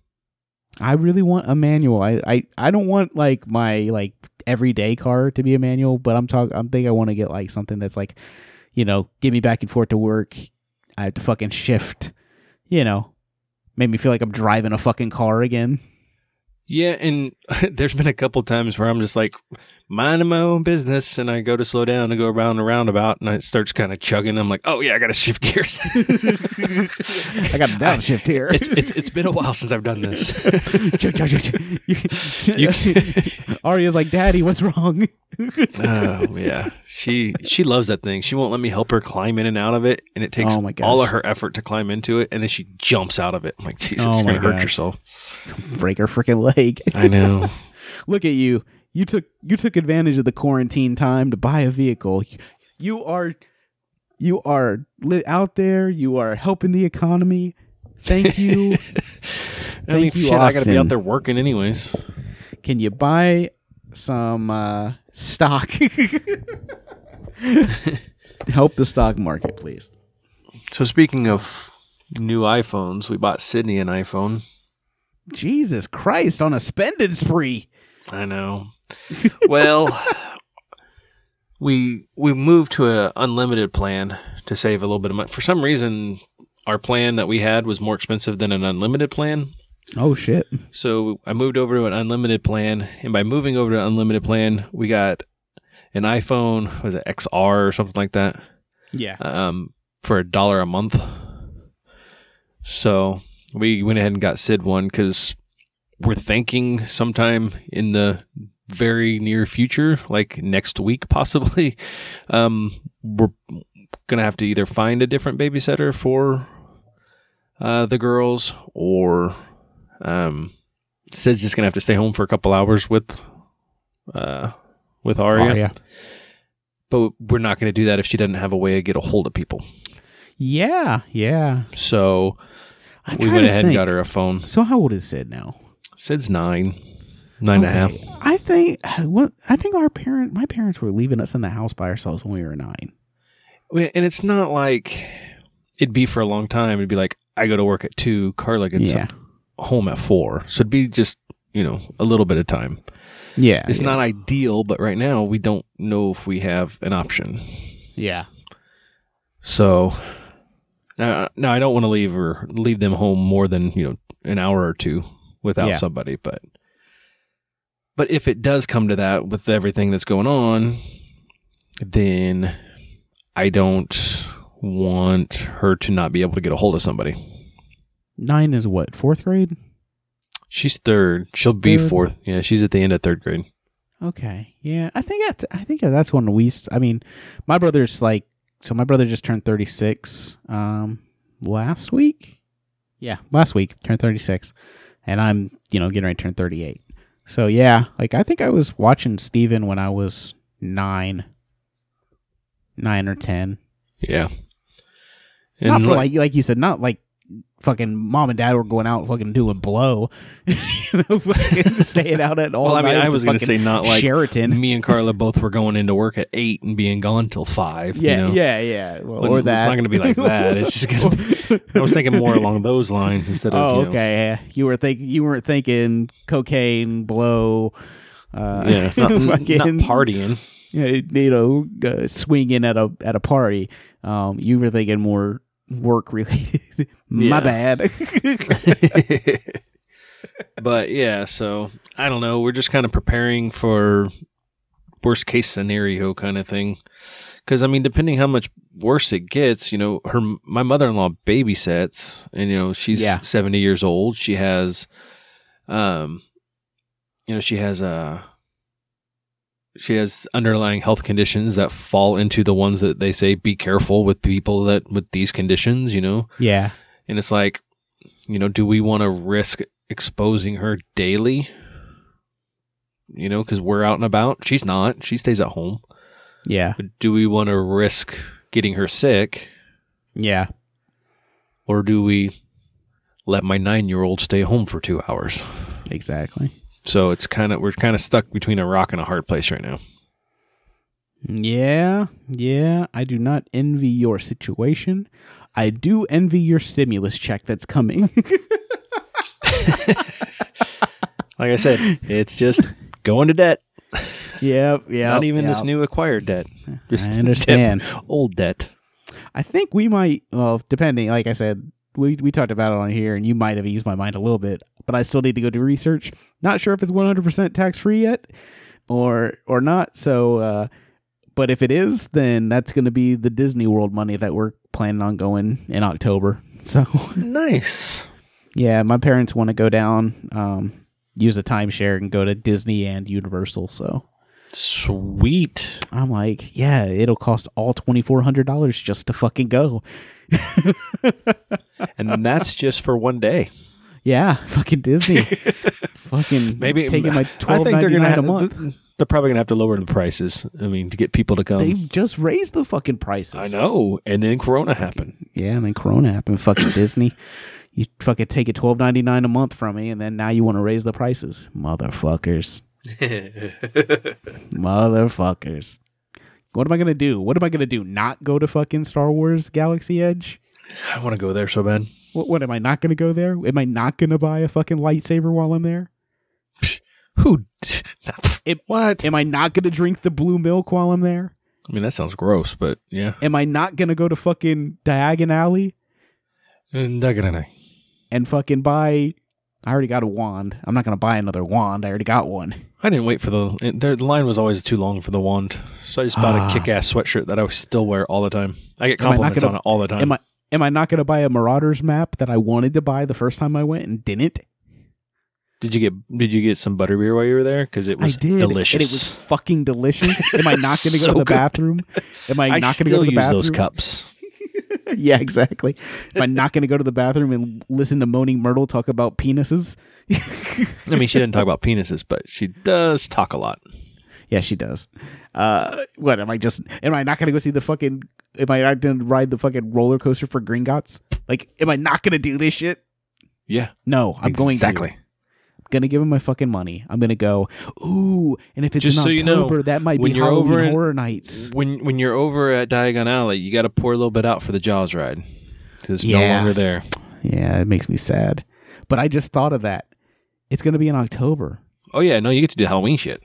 S2: I really want a manual. I, I, I don't want like my like everyday car to be a manual, but I'm talking I'm think I want to get like something that's like, you know, get me back and forth to work. I have to fucking shift, you know. Made me feel like I'm driving a fucking car again.
S1: Yeah, and there's been a couple times where I'm just like minding my own business, and I go to slow down to go around a roundabout, and it starts kind of chugging. I'm like, oh yeah, I got to shift gears.
S2: I got a downshift here.
S1: It's, it's it's been a while since I've done this. You
S2: you, Arya's like, Daddy, what's wrong?
S1: oh yeah, she she loves that thing. She won't let me help her climb in and out of it, and it takes
S2: Oh, my gosh.
S1: all of her effort to climb into it, and then she jumps out of it. I'm like, Jesus,
S2: Oh,
S1: you're
S2: my
S1: gonna hurt
S2: gosh.
S1: yourself.
S2: Break her freaking leg.
S1: I know.
S2: Look at you. You took you took advantage of the quarantine time to buy a vehicle. You are you are li- out there. You are helping the economy. Thank you.
S1: I mean,
S2: Thank you,
S1: shit, I gotta be
S2: Austin.
S1: out there working anyways.
S2: Can you buy some uh, stock? Help the stock market, please.
S1: So speaking of new iPhones, we bought Sydney an iPhone.
S2: Jesus Christ on a spending spree.
S1: I know. well, we we moved to a unlimited plan to save a little bit of money. For some reason, our plan that we had was more expensive than an unlimited plan.
S2: Oh shit.
S1: So I moved over to an unlimited plan, and by moving over to an unlimited plan, we got an iPhone what was it XR or something like that
S2: Yeah.
S1: um, for a dollar a month. So we went ahead and got Sid one because we're thinking sometime in the very near future, like next week possibly, um, we're gonna have to either find a different babysitter for uh, the girls, or um, Sid's just gonna have to stay home for a couple hours with uh, with Aria
S2: Aria.
S1: but we're not going to do that if she doesn't have a way to get a hold of people.
S2: Yeah. Yeah.
S1: So
S2: I'm
S1: we
S2: trying
S1: went
S2: to
S1: ahead and
S2: think.
S1: got her a phone.
S2: So how old is Sid now?
S1: Sid's nine, nine and a half.
S2: Okay. I think what I think our parent my parents were leaving us in the house by ourselves when we were nine.
S1: Well, And it's not like it'd be for a long time. It'd be like I go to work at two, Carla gets
S2: yeah.
S1: home at four. So it'd be just you know a little bit of time.
S2: Yeah.
S1: It's
S2: Uh, yeah.
S1: not ideal, but right now we don't know if we have an option.
S2: Yeah.
S1: So now, now I don't want to leave or leave them home more than you know an hour or two without
S2: Yeah.
S1: somebody. But but if it does come to that with everything that's going on, then I don't want her to not be able to get a hold of somebody.
S2: Nine is what, fourth grade?
S1: She's third. She'll be
S2: Third.
S1: fourth. Yeah, she's at the end of third grade.
S2: Okay. Yeah. I think that, I think that's when we s- I mean, my brother's like so my brother just turned 36 um last week. Yeah, last week turned 36 and I'm, you know, getting ready to turn 38. So yeah, like I think I was watching Steven when I was 9 9 or 10.
S1: Yeah.
S2: not
S1: And
S2: for
S1: like-
S2: like like you said, not like fucking mom and dad were going out fucking doing blow, You know, fucking staying out at all.
S1: well, I mean,
S2: night
S1: I
S2: at the
S1: was going to
S2: fucking
S1: say not like
S2: Sheraton.
S1: me and Carla both were going into work at eight and being gone till five. you
S2: Yeah,
S1: know?
S2: yeah, yeah. Well,
S1: Wouldn't-
S2: or
S1: it's
S2: that.
S1: not gonna be like that. It's just gonna I was thinking more along those lines instead of
S2: Oh,
S1: you know,
S2: okay. Yeah. You were thinking you weren't thinking cocaine, blow, uh,
S1: yeah, not, not
S2: fucking,
S1: partying.
S2: You know, uh, swinging at a at a party. Um, you were thinking more work related.
S1: Yeah.
S2: My bad.
S1: but yeah, so I don't know. We're just kind of preparing for worst case scenario kind of thing. Because I mean, depending how much worse it gets, you know, her my mother in law babysits, and you know she's
S2: Yeah.
S1: seventy years old. She has, um, you know, she has a. She has underlying health conditions that fall into the ones that they say be careful with people that with these conditions, you know.
S2: yeah.
S1: And it's like, you know, do we want to risk exposing her daily? You know, because we're out and about. She's not. She stays at home.
S2: Yeah.
S1: But do we want to risk getting her sick
S2: Yeah.
S1: or do we let my nine year old stay home for two hours?
S2: Exactly.
S1: So it's kind of, we're kind of stuck between a rock and a hard place right now.
S2: Yeah, yeah. I do not envy your situation. I do envy your stimulus check that's coming.
S1: Like I said, it's just going to debt.
S2: yeah, yeah.
S1: Not even this new acquired debt, just
S2: I understand.
S1: old debt.
S2: I think we might. Well, depending. Like I said, we we talked about it on here, and you might have used my mind a little bit. but I still need to go do research. Not sure if it's 100% tax free yet or or not. So uh but if it is, then that's going to be the Disney World money that we're planning on going in October. So
S1: Nice.
S2: yeah, my parents want to go down um use a timeshare and go to Disney and Universal. So
S1: Sweet.
S2: I'm like, yeah, it'll cost all $2400 just to fucking go.
S1: And that's just for one day.
S2: Yeah, fucking Disney. fucking
S1: Maybe
S2: taking my
S1: I
S2: twelve
S1: think they're
S2: ninety
S1: gonna have
S2: nine a month.
S1: th- They're probably gonna have to lower the prices. I mean, to get people to come.
S2: They've just raised the fucking prices.
S1: I know. And then Corona happened.
S2: Yeah, and then Corona happened. Fucking Disney. You fucking take it twelve ninety nine a month from me, and then now you want to raise the prices, motherfuckers, motherfuckers. What am I gonna do? What am I gonna do? Not go to fucking Star Wars Galaxy Edge?
S1: I want to go there so bad.
S2: What? What am I not gonna go there? Am I not gonna buy a fucking lightsaber while I'm there?
S1: Who?
S2: It-
S1: what?
S2: Am I not gonna drink the blue milk while I'm there?
S1: I mean, that sounds gross, but yeah.
S2: Am I not gonna go to fucking Diagon Alley
S1: And that gonna-
S2: and fucking buy? I already got a wand. I'm not gonna buy another wand. I already got one.
S1: I didn't wait for the it- there- the line was always too long for the wand, so I just bought
S2: Ah.
S1: a kick-ass sweatshirt that I still wear all the time. I get
S2: Am I not
S1: compliments
S2: gonna-
S1: on it all the time.
S2: Am I am I not going to buy a Marauders map that I wanted to buy the first time I went and didn't?
S1: did you get Did you get some butterbeer while you were there? Because it was
S2: I did.
S1: delicious.
S2: And it was fucking delicious. Am I not going to go
S1: So
S2: to the
S1: good.
S2: bathroom? Am I,
S1: I
S2: not going to
S1: still
S2: go to the
S1: use
S2: bathroom?
S1: those cups.
S2: yeah, exactly. Am I not going to go to the bathroom and listen to Moaning Myrtle talk about penises?
S1: I mean, she didn't talk about penises, but she does talk a lot.
S2: Yeah, she does. Uh, what am I just? Am I not going to go see the fucking? Am I not going to ride the fucking roller coaster for Gringotts? Like, am I not going to do this shit?
S1: Yeah,
S2: No, I'm going to.
S1: exactly.
S2: gonna give him my fucking money. I'm gonna go. Ooh, and if it's
S1: Just
S2: in
S1: so you know,
S2: October, that might
S1: when
S2: be
S1: you're
S2: Halloween
S1: over in-
S2: Horror Nights.
S1: When When you're over at Diagon Alley, you got to pour a little bit out for the Jaws ride. 'Cause It's no
S2: Yeah.
S1: longer there.
S2: Yeah, it makes me sad. But I just thought of that. It's gonna be in October.
S1: Oh yeah, no, you get to do Halloween shit.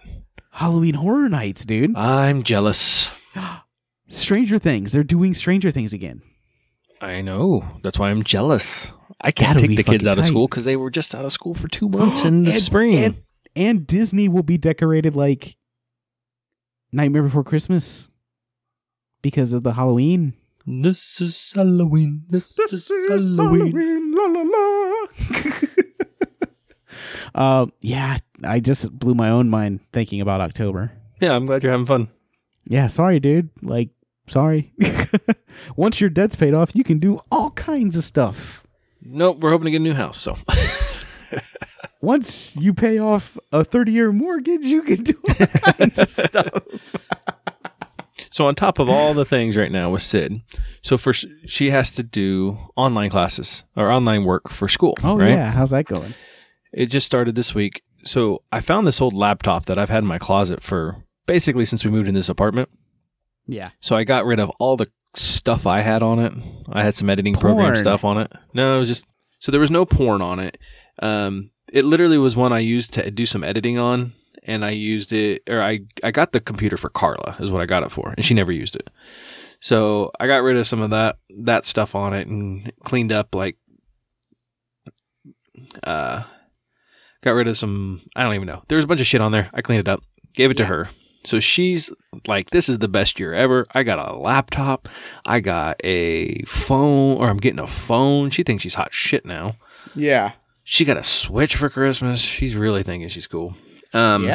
S2: Halloween Horror Nights, dude.
S1: I'm jealous.
S2: Stranger Things. They're doing Stranger Things again.
S1: I know. That's why I'm jealous. I can't
S2: That'll be
S1: take the kids
S2: fucking
S1: out of
S2: tight.
S1: school because they were just out of school for two months in the spring.
S2: And, and Disney will be decorated like Nightmare Before Christmas because of the Halloween.
S1: this is Halloween. This,
S2: la la la. uh, yeah, I just blew my own mind thinking about October.
S1: Yeah, I'm glad you're having fun.
S2: Yeah, sorry, dude. Like, sorry. Once your debt's paid off, you can do all kinds of stuff.
S1: Nope, we're hoping to get a new house. So
S2: Once you pay off a 30 year mortgage, you can do all kinds of stuff.
S1: So on top of all the things right now with Sid, so for she has to do online classes or online work for school.
S2: Oh,
S1: right?
S2: yeah. How's that going?
S1: It just started this week. So I found this old laptop that I've had in my closet for basically since we moved in this apartment.
S2: Yeah.
S1: So I got rid of all the stuff I had on it. I had some editing program
S2: Porn.
S1: stuff on it. No, it was just so there was no porn on it. Um, it literally was one I used to do some editing on, and I used it, or I I got the computer for Carla is what I got it for, and she never used it. So I got rid of some of that that stuff on it and cleaned up like, uh, got rid of some I don't even know. There was a bunch of shit on there. I cleaned it up, gave it to her. So she's like, this is the best year ever. I got a laptop. I got a phone, or I'm getting a phone. She thinks she's hot shit now.
S2: Yeah.
S1: She got a Switch for Christmas. She's really thinking she's cool. Um,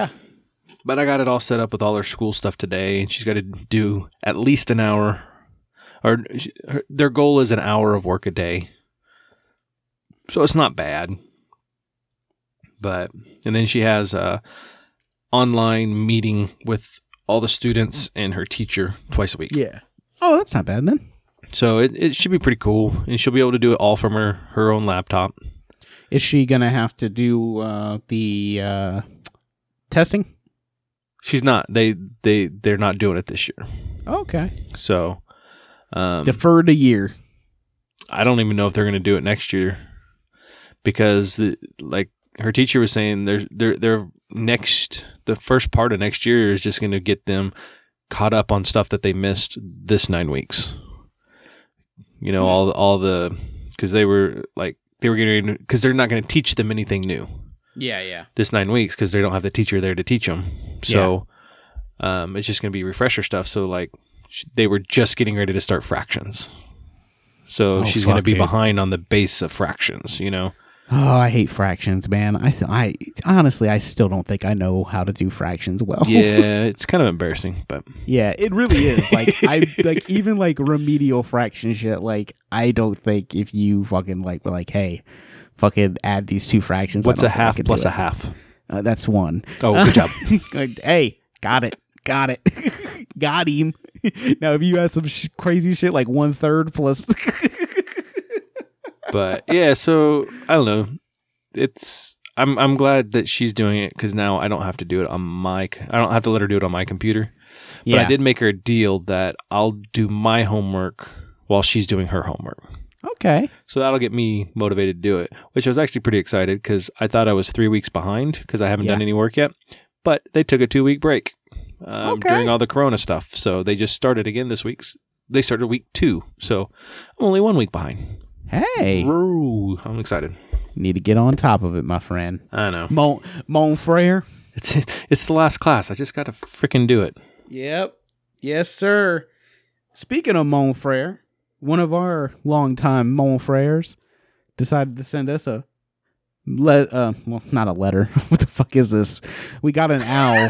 S1: But I got it all set up with all her school stuff today, and she's got to do at least an hour. Or she- her, their goal is an hour of work a day. So it's not bad. But, and then she has a online meeting with all the students and her teacher twice a week.
S2: Yeah. Oh, that's not bad then.
S1: So it, it should be pretty cool, and she'll be able to do it all from her her own laptop.
S2: Is she going to have to do uh, the uh, testing?
S1: She's not they they they're not doing it this year,
S2: Okay.
S1: so um,
S2: Deferred a year.
S1: I don't even know if they're going to do it next year because the, like her teacher was saying, their their their next the first part of next year is just going to get them caught up on stuff that they missed this nine weeks. You know all all the because they were like they were getting because they're not going to teach them anything new
S2: Yeah, yeah.
S1: this nine weeks because they don't have the teacher there to teach them. So um, it's just going to be refresher stuff. So like sh- they were just getting ready to start fractions. So
S2: Oh,
S1: she's going to
S2: fuck,
S1: be
S2: dude.
S1: behind on the base of fractions, you know?
S2: Oh, I hate fractions, man. I th- I honestly I still don't think I know how to do fractions well.
S1: Yeah, it's kind of embarrassing, but
S2: Yeah, it really is. Like I like even like remedial fraction shit. Like I don't think if you fucking like were like, hey, fucking add these two fractions. I
S1: what's
S2: don't
S1: a
S2: think I
S1: half
S2: could do
S1: plus
S2: it.
S1: a half?
S2: Uh, that's one.
S1: Oh, good job.
S2: Like, hey, got it, got it, got him. now if you add some sh- crazy shit like one third plus,
S1: But yeah, so I don't know. It's I'm I'm glad that she's doing it because now I don't have to do it on my c- I don't have to let her do it on my computer. But I did make her a deal that I'll do my homework while she's doing her homework.
S2: Okay.
S1: So that'll get me motivated to do it, which I was actually pretty excited because I thought I was three weeks behind because I haven't
S2: Yeah.
S1: done any work yet. But they took a two week break um,
S2: Okay.
S1: during all the Corona stuff. So they just started again this week's. They started week two. So I'm only one week behind.
S2: Hey,
S1: Roo. I'm excited.
S2: need to get on top of it, my friend.
S1: I know.
S2: Mon Mon Frere.
S1: It's it's the last class. I just got to freaking do it.
S2: Yep. Yes, sir. Speaking of Mon Frere, one of our longtime Mon Freres decided to send us a let uh well not a letter. what the fuck is this? We got an owl.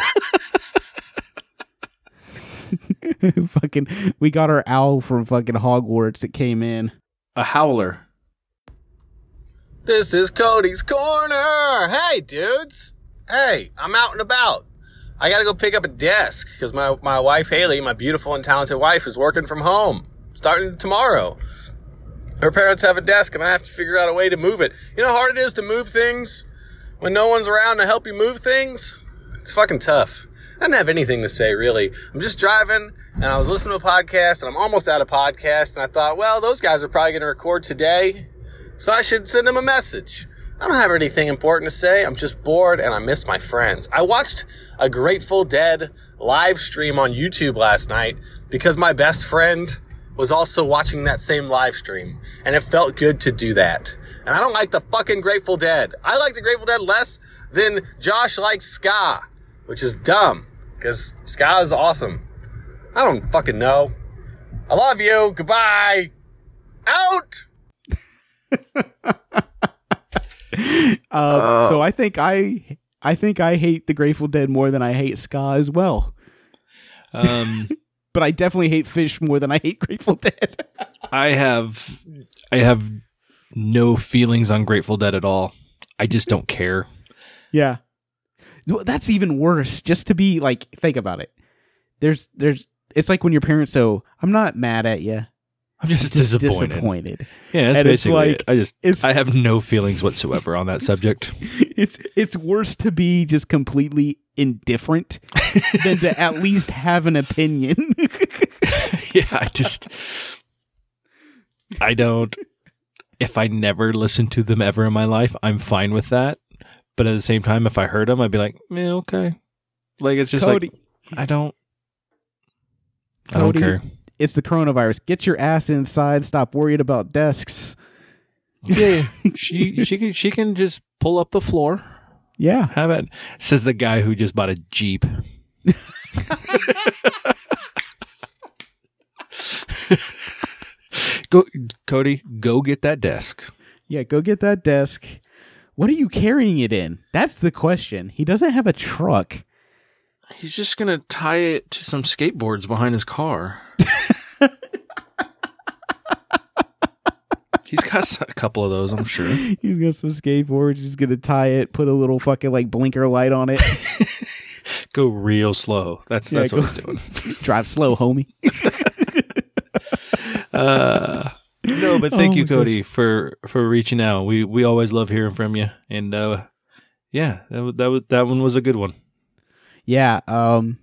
S2: fucking we got our owl from fucking Hogwarts that came in.
S1: A howler.
S3: This is Cody's Corner. Hey, dudes. Hey, I'm out and about. I gotta go pick up a desk because my, my wife Haley, my beautiful and talented wife, is working from home starting tomorrow. Her parents have a desk and I have to figure out a way to move it. You know how hard it is to move things when no one's around to help you move things? It's fucking tough. I didn't have anything to say really. I'm just driving and I was listening to a podcast and I'm almost out of podcast and I thought, well, those guys are probably gonna record today so I should send him a message. I don't have anything important to say. I'm just bored and I miss my friends. I watched a Grateful Dead live stream on YouTube last night because my best friend was also watching that same live stream and it felt good to do that. And I don't like the fucking Grateful Dead. I like the Grateful Dead less than Josh likes ska, which is dumb because ska is awesome. I don't fucking know. I love you. Goodbye. Out.
S2: Uh, so I think I I think I hate the Grateful Dead more than I hate ska as well.
S1: Um,
S2: But I definitely hate fish more than I hate Grateful Dead.
S1: I have I have no feelings on Grateful Dead at all. I just don't care.
S2: Yeah. Well, That's even worse. Just to be like, think about it. There's, there's, it's like when your parents so I'm not mad at you.
S1: I'm just, disappointed.
S2: Disappointed.
S1: Yeah, that's
S2: And it's
S1: basically
S2: like-
S1: it. I just
S2: It's,
S1: I have no feelings whatsoever on that subject.
S2: it's, it's worse to be just completely indifferent than to at least have an opinion.
S1: yeah, I just I don't if I never listened to them ever in my life, I'm fine with that. But at the same time, if I heard them, I'd be like, yeah, okay. Like it's just
S2: Cody,
S1: like I don't I don't
S2: Cody.
S1: care.
S2: it's the coronavirus. Get your ass inside. Stop worrying about desks.
S1: Yeah, she she can she can just pull up the floor.
S2: Yeah.
S1: Have it says the guy who just bought a jeep. go, Cody. Go get that desk.
S2: Yeah. Go get that desk. What are you carrying it in? That's the question. He doesn't have a truck.
S1: He's just gonna tie it to some skateboards behind his car. He's got s- a couple of those, I'm sure.
S2: He's got some skateboards. He's gonna tie it, put a little fucking like blinker light on it.
S1: Go real slow. That's
S2: Yeah,
S1: that's
S2: go-
S1: what he's doing.
S2: Drive slow, homie.
S1: Uh, no, but thank
S2: Oh
S1: you,
S2: my gosh.
S1: Cody, for for reaching out. We we always love hearing from you, and uh, yeah, that wa- that was, that one was a good one.
S2: Yeah. Um.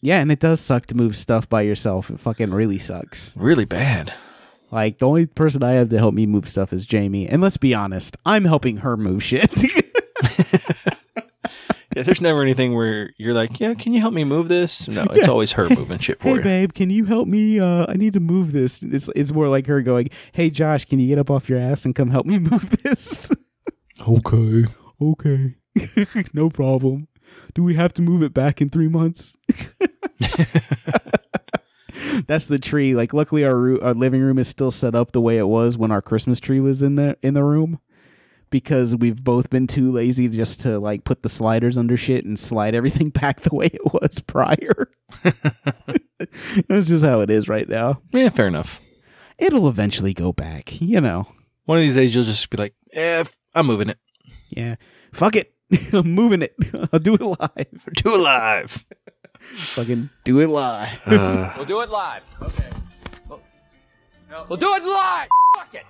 S2: Yeah, and it does suck to move stuff by yourself. It fucking really sucks.
S1: Really bad.
S2: Like the only person I have to help me move stuff is Jamie. And let's be honest, I'm helping her move shit.
S1: Yeah, There's never anything where you're like, yeah, can you help me move this? No, it's
S2: Yeah.
S1: always her moving shit for
S2: Hey
S1: you.
S2: babe, can you help me? Uh, I need to move this. It's it's more like her going, "Hey Josh, can you get up off your ass and come help me move this?"
S1: Okay.
S2: okay, no problem. Do we have to move it back in three months? That's the tree. Like, luckily our roo- our living room is still set up the way it was when our Christmas tree was in the in the room, because we've both been too lazy just to like put the sliders under shit and slide everything back the way it was prior. That's just how it is right now.
S1: Yeah, fair enough.
S2: It'll eventually go back, you know.
S1: One of these days, you'll just be like, eh, f- I'm moving it.
S2: Yeah, fuck it. I'm moving it. I'll do it live.
S1: Do it live.
S2: Fucking do it live.
S1: Uh,
S3: We'll do it live. Okay. We'll do it live. Fuck it.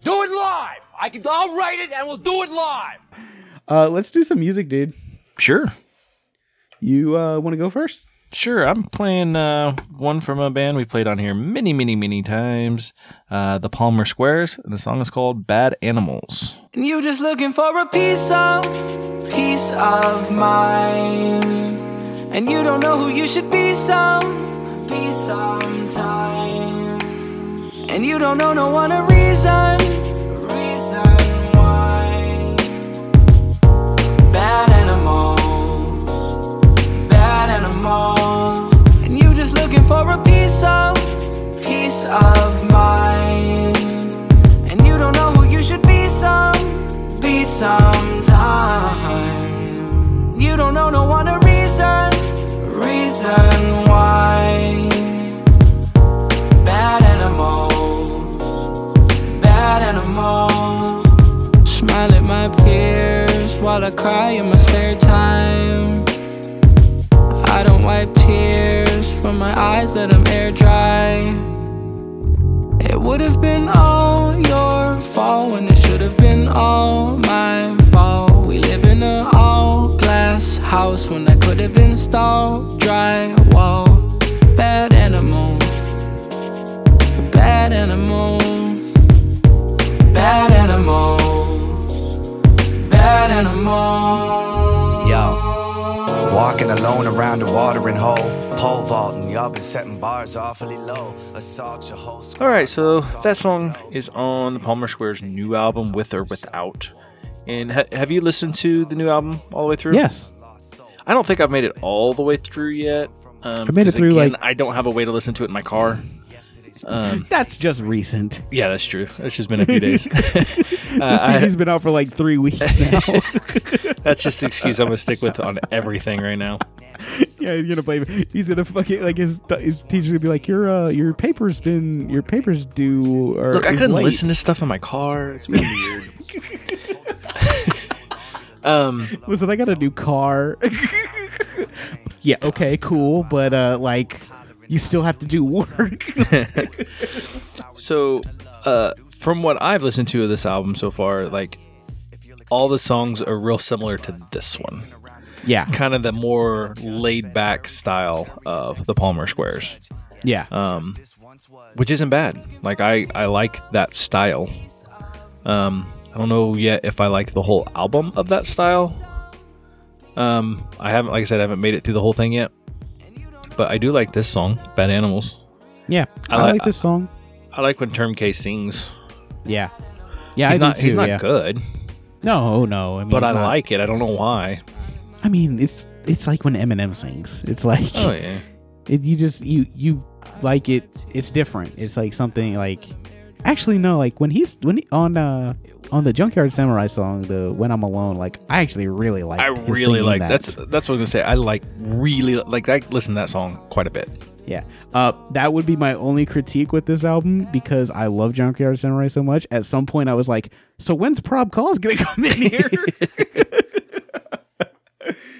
S3: Do it live. I can. I'll write it, and we'll do it live.
S2: Uh, let's do some music, dude.
S1: sure.
S2: You uh, want to go first?
S1: Sure, I'm playing uh, one from a band we played on here many, many, many times. Uh, the Palmer Squares, and the song is called "Bad Animals."
S4: And you just looking for a piece of, piece of mine. And you don't know who you should be some, be sometime. And you don't know no one a reason, reason why. Bad animals, bad animals. And you just looking for a piece of, piece of mine. And you don't know who you should be some be sometimes. You don't know no one a reason, reason why. Bad animals, bad animals. Smile at my peers while I cry in my spare time. I don't wipe tears from my eyes, let 'em air dry. It would have been all your fault when it should have been all my fault. We live in an all glass house when I could have installed drywall. Bad animals, bad animals, bad animals, bad animals.
S5: Yo, walking alone around the watering hole, pole vaulting, y'all been setting bars awfully low. Assault your whole
S1: All right, so that song is on the Palmer Squares' new album, With or Without. And ha- have you listened to the new album all the way through?
S2: Yes.
S1: I don't think I've made it all the way through yet. Um,
S2: I made it
S1: 'cause
S2: through,
S1: again,
S2: like-
S1: I don't have a way to listen to it in my car. Um,
S2: That's just recent.
S1: yeah, that's true. It's just been a few days. Uh,
S2: The CD's been out for like three weeks now.
S1: That's just the excuse I'm gonna stick with on everything right now.
S2: yeah, you're gonna blame. Him. He's gonna fucking like his his teacher's gonna be like, your uh, your paper's been your paper's due. Or
S1: Look, I
S2: is
S1: couldn't
S2: late."
S1: listen to stuff in my car. It's been weird. um,
S2: Listen, I got a new car. yeah. Okay. Cool. But uh, like, you still have to do work.
S1: so uh, from what I've listened to of this album so far, like all the songs are real similar to this one.
S2: yeah.
S1: Kind of the more laid back style of the Palmer Squares,
S2: Yeah.
S1: um, which isn't bad. Like I, I like that style. Um, I don't know yet if I like the whole album of that style. Um, I haven't, like I said, I haven't made it through the whole thing yet. But I do like this song, Bad Animals.
S2: yeah. I,
S1: I li-
S2: like this song.
S1: I like when Term K sings.
S2: Yeah. Yeah.
S1: He's
S2: I do
S1: not he's
S2: too,
S1: not
S2: yeah.
S1: good,
S2: No. No. I mean,
S1: but
S2: it's
S1: I
S2: not-
S1: like it. I don't know why.
S2: I mean, it's it's like when Eminem sings. It's like
S1: Oh yeah.
S2: it, you just you you like it. It's different. It's like something like actually no, like when he's when he, on uh on the Junkyard Samurai song, the When I'm Alone, like I actually really like.
S1: I
S2: his
S1: really
S2: singing
S1: like
S2: that.
S1: that's that's what I was gonna say. I like really like I listen to that song quite a bit.
S2: yeah. Uh, that would be my only critique with this album because I love Junkyard Samurai so much. At some point, I was like, so when's Prob Calls gonna come in here?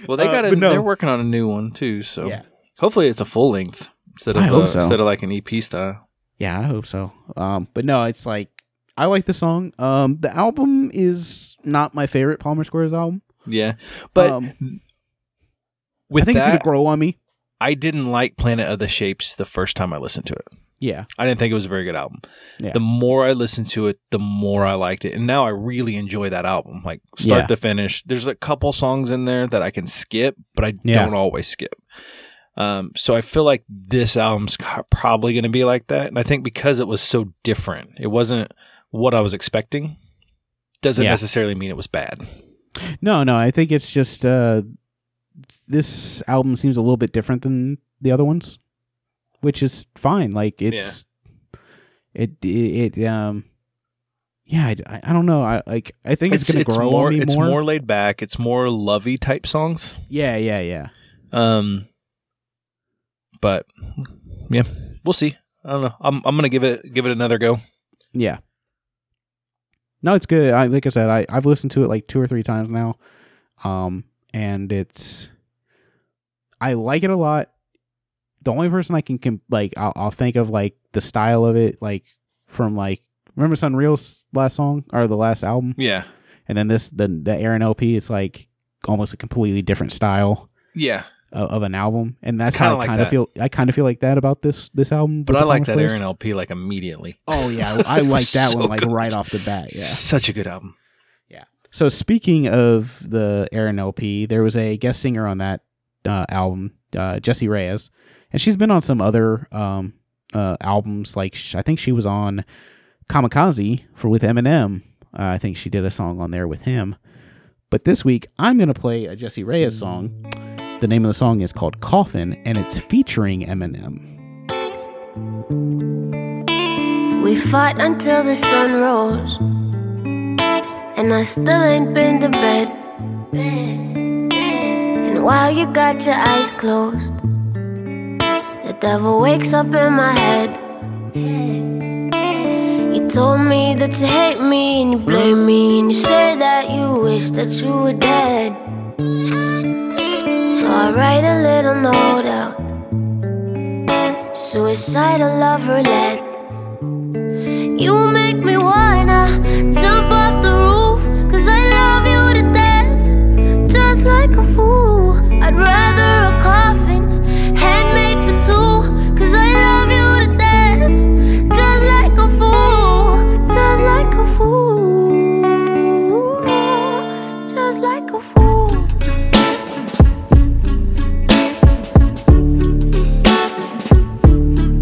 S1: Well, they
S2: Uh,
S1: got a,
S2: but no.
S1: they're working on a new one too. So
S2: Yeah.
S1: hopefully it's a full length instead of
S2: I hope
S1: uh,
S2: so.
S1: instead of like an EP style.
S2: Yeah, I hope so. Um, but no, it's like I like the song. Um, the album is not my favorite Palmer Squares album.
S1: Yeah, but
S2: um,
S1: with
S2: I think it's
S1: that,
S2: gonna grow on me.
S1: I didn't like Planet of the Shapes the first time I listened to it.
S2: Yeah.
S1: I didn't think it was a very good album.
S2: Yeah.
S1: The more I listened to it, the more I liked it. And now I really enjoy that album, like start
S2: Yeah.
S1: to finish. There's a couple songs in there that I can skip, but I
S2: Yeah.
S1: don't always skip. Um, so I feel like this album's co- probably going to be like that. And I think because it was so different, it wasn't what I was expecting, doesn't
S2: Yeah.
S1: necessarily mean it was bad.
S2: No, no, I think it's just uh this album seems a little bit different than the other ones, which is fine. Like it's it, it it um yeah, I, I- I don't know. I like I think it's, going to grow
S1: more,
S2: on me
S1: it's
S2: more.
S1: more laid back. It's more lovey type songs.
S2: Yeah, yeah, yeah.
S1: Um, but yeah, we'll see. I don't know. I'm I'm gonna give it give it another go.
S2: Yeah. No, it's good. I like I said, I, I've listened to it like two or three times now. Um and it's I like it a lot. The only person I can, can like I'll, I'll think of like the style of it like from like remember Sunreal's last song or the last album
S1: Yeah,
S2: and then this the the Aaron LP it's like almost a completely different style
S1: yeah.
S2: of, of an album and that's
S1: kinda
S2: how I
S1: like
S2: kind of
S1: that.
S2: feel I kind of feel like that about this this album
S1: But
S2: with
S1: I
S2: the
S1: like
S2: Promised
S1: that
S2: Place.
S1: Aaron LP like immediately.
S2: Oh yeah, I, I
S1: It was
S2: like that
S1: so
S2: one like
S1: good.
S2: right off the bat. Yeah.
S1: Such a good album.
S2: So speaking of the Aaron LP, there was a guest singer on that uh, album, uh, Jesse Reyes, and she's been on some other um, uh, albums. Like sh- I think she was on Kamikaze for with Eminem. Uh, I think she did a song on there with him. But this week, I'm gonna play a Jesse Reyes song. The name of the song is called Coffin, and it's featuring Eminem.
S6: We fought until the sun rose, and I still ain't been to bed. And while you got your eyes closed, the devil wakes up in my head. You told me that you hate me and you blame me, and you say that you wish that you were dead. So I write a little note out. Suicidal lover let. You make me wanna jump off the roof. Cause I love you to death, just like a fool. I'd rather a coffin, handmade for two. Cause I love you to death, just like a fool. Just like a fool. Just like a fool.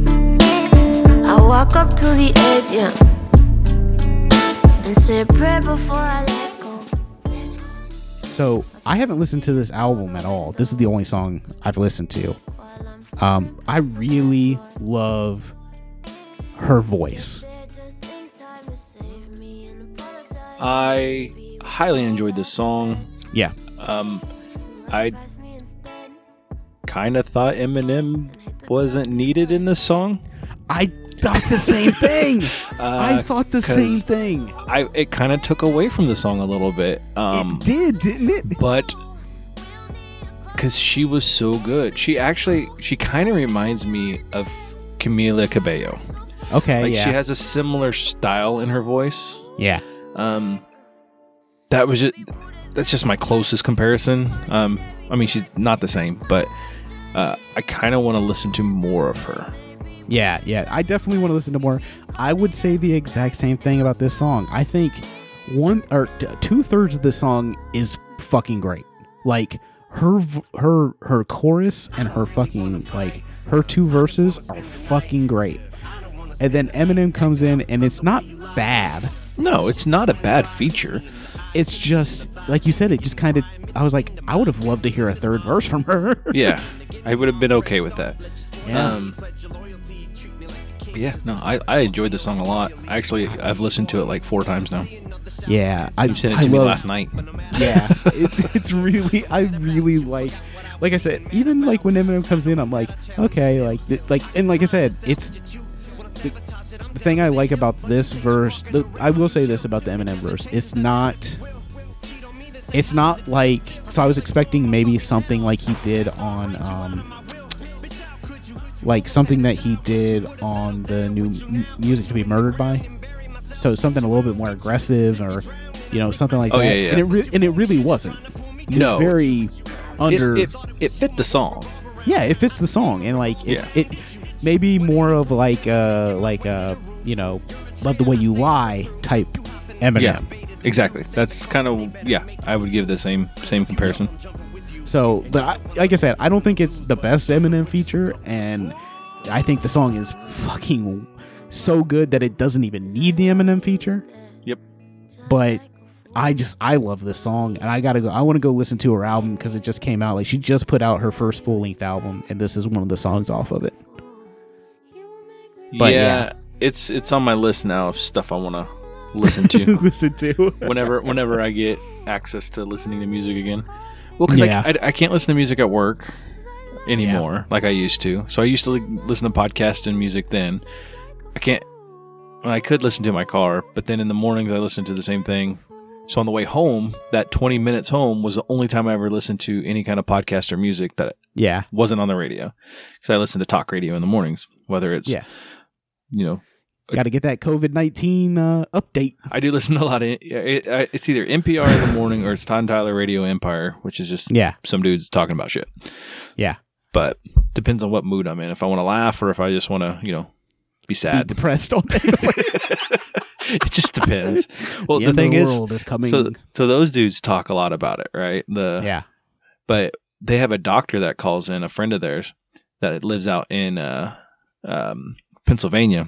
S6: I walk up to the edge, yeah, and say a prayer before I let go.
S2: So I haven't listened to this album at all. This is the only song I've listened to. Um, I really love her voice.
S1: I highly enjoyed this song.
S2: Yeah,
S1: Um, I kind of thought Eminem wasn't needed in this song.
S2: I thought the same thing. I
S1: Uh,
S2: thought the
S1: 'cause
S2: same thing.
S1: I it kind of took away from the song a little bit. Um,
S2: it did, didn't it?
S1: but because she was so good she actually she kind of reminds me of camila cabello
S2: Okay,
S1: like
S2: yeah,
S1: she has a similar style in her voice
S2: yeah,
S1: um that was just that's just my closest comparison um i mean she's not the same but uh, I kind of want to listen to more of her.
S2: yeah, yeah. I definitely want to listen to more. I would say the exact same thing about this song. I think one or two thirds of the song is fucking great. Like her, v- her, her chorus and her fucking like her two verses are fucking great. And then Eminem comes in, and it's not bad.
S1: No, it's not a bad feature.
S2: it's just like you said it just kind of i was like i would have loved to hear a third verse from her
S1: Yeah, I would have been okay with that.
S2: Yeah.
S1: Um, yeah, no, I, I enjoyed the song a lot. Actually, I've listened to it like four times now.
S2: yeah i
S1: You sent it
S2: I
S1: to me
S2: love-
S1: last night.
S2: yeah it's, it's really i really like like i said even like when eminem comes in i'm like okay like th- like and like i said it's the, the thing i like about this verse the, i will say this about the eminem verse it's not it's not like so i was expecting maybe something like he did on um like something that he did on the new M- music to be murdered by so something a little bit more aggressive or you know something like
S1: Oh,
S2: that
S1: yeah, yeah.
S2: and it re- and it really wasn't it
S1: No.
S2: was very
S1: It,
S2: under
S1: it, it fit the song.
S2: yeah it fits the song and like it's, it maybe more of like uh like uh you know love the way you lie type Eminem.
S1: Yeah, exactly. That's kind of yeah. I would give the same same comparison.
S2: So, but I, like I said, I don't think it's the best Eminem feature, and I think the song is fucking so good that it doesn't even need the Eminem feature.
S1: Yep.
S2: But I just I love this song, and I gotta go. I want to go listen to her album because it just came out. Like she just put out her first full length album, and this is one of the songs off of it. But, yeah.
S1: it's it's on my list now of stuff I want to listen to
S2: listen to.
S1: whenever whenever I get access to listening to music again. Well, because
S2: Yeah.
S1: I, I can't listen to music at work anymore like I used to. So I used to like, listen to podcasts and music then. I can't. Well, I could listen to it in my car, but then in the mornings I listened to the same thing. So on the way home, that 20 minutes home was the only time I ever listened to any kind of podcast or music that
S2: yeah,
S1: wasn't on the radio. Because I listened to talk radio in the mornings, whether it's,
S2: Yeah.
S1: you know,
S2: gotta get that COVID nineteen uh, update.
S1: I do listen to a lot of yeah, it, I- it's either NPR in the morning or it's Todd Tyler Radio Empire, which is just
S2: Yeah,
S1: some dudes talking about shit.
S2: Yeah.
S1: But depends on what mood I'm in. If I want to laugh or if I just want to, you know, be
S2: be
S1: sad.
S2: depressed all day.
S1: it just depends. Well, the,
S2: end of
S1: thing is,
S2: world is coming.
S1: so so those dudes talk a lot about it, right? The
S2: yeah,
S1: but they have a doctor that calls in a friend of theirs that lives out in uh, um, Pennsylvania,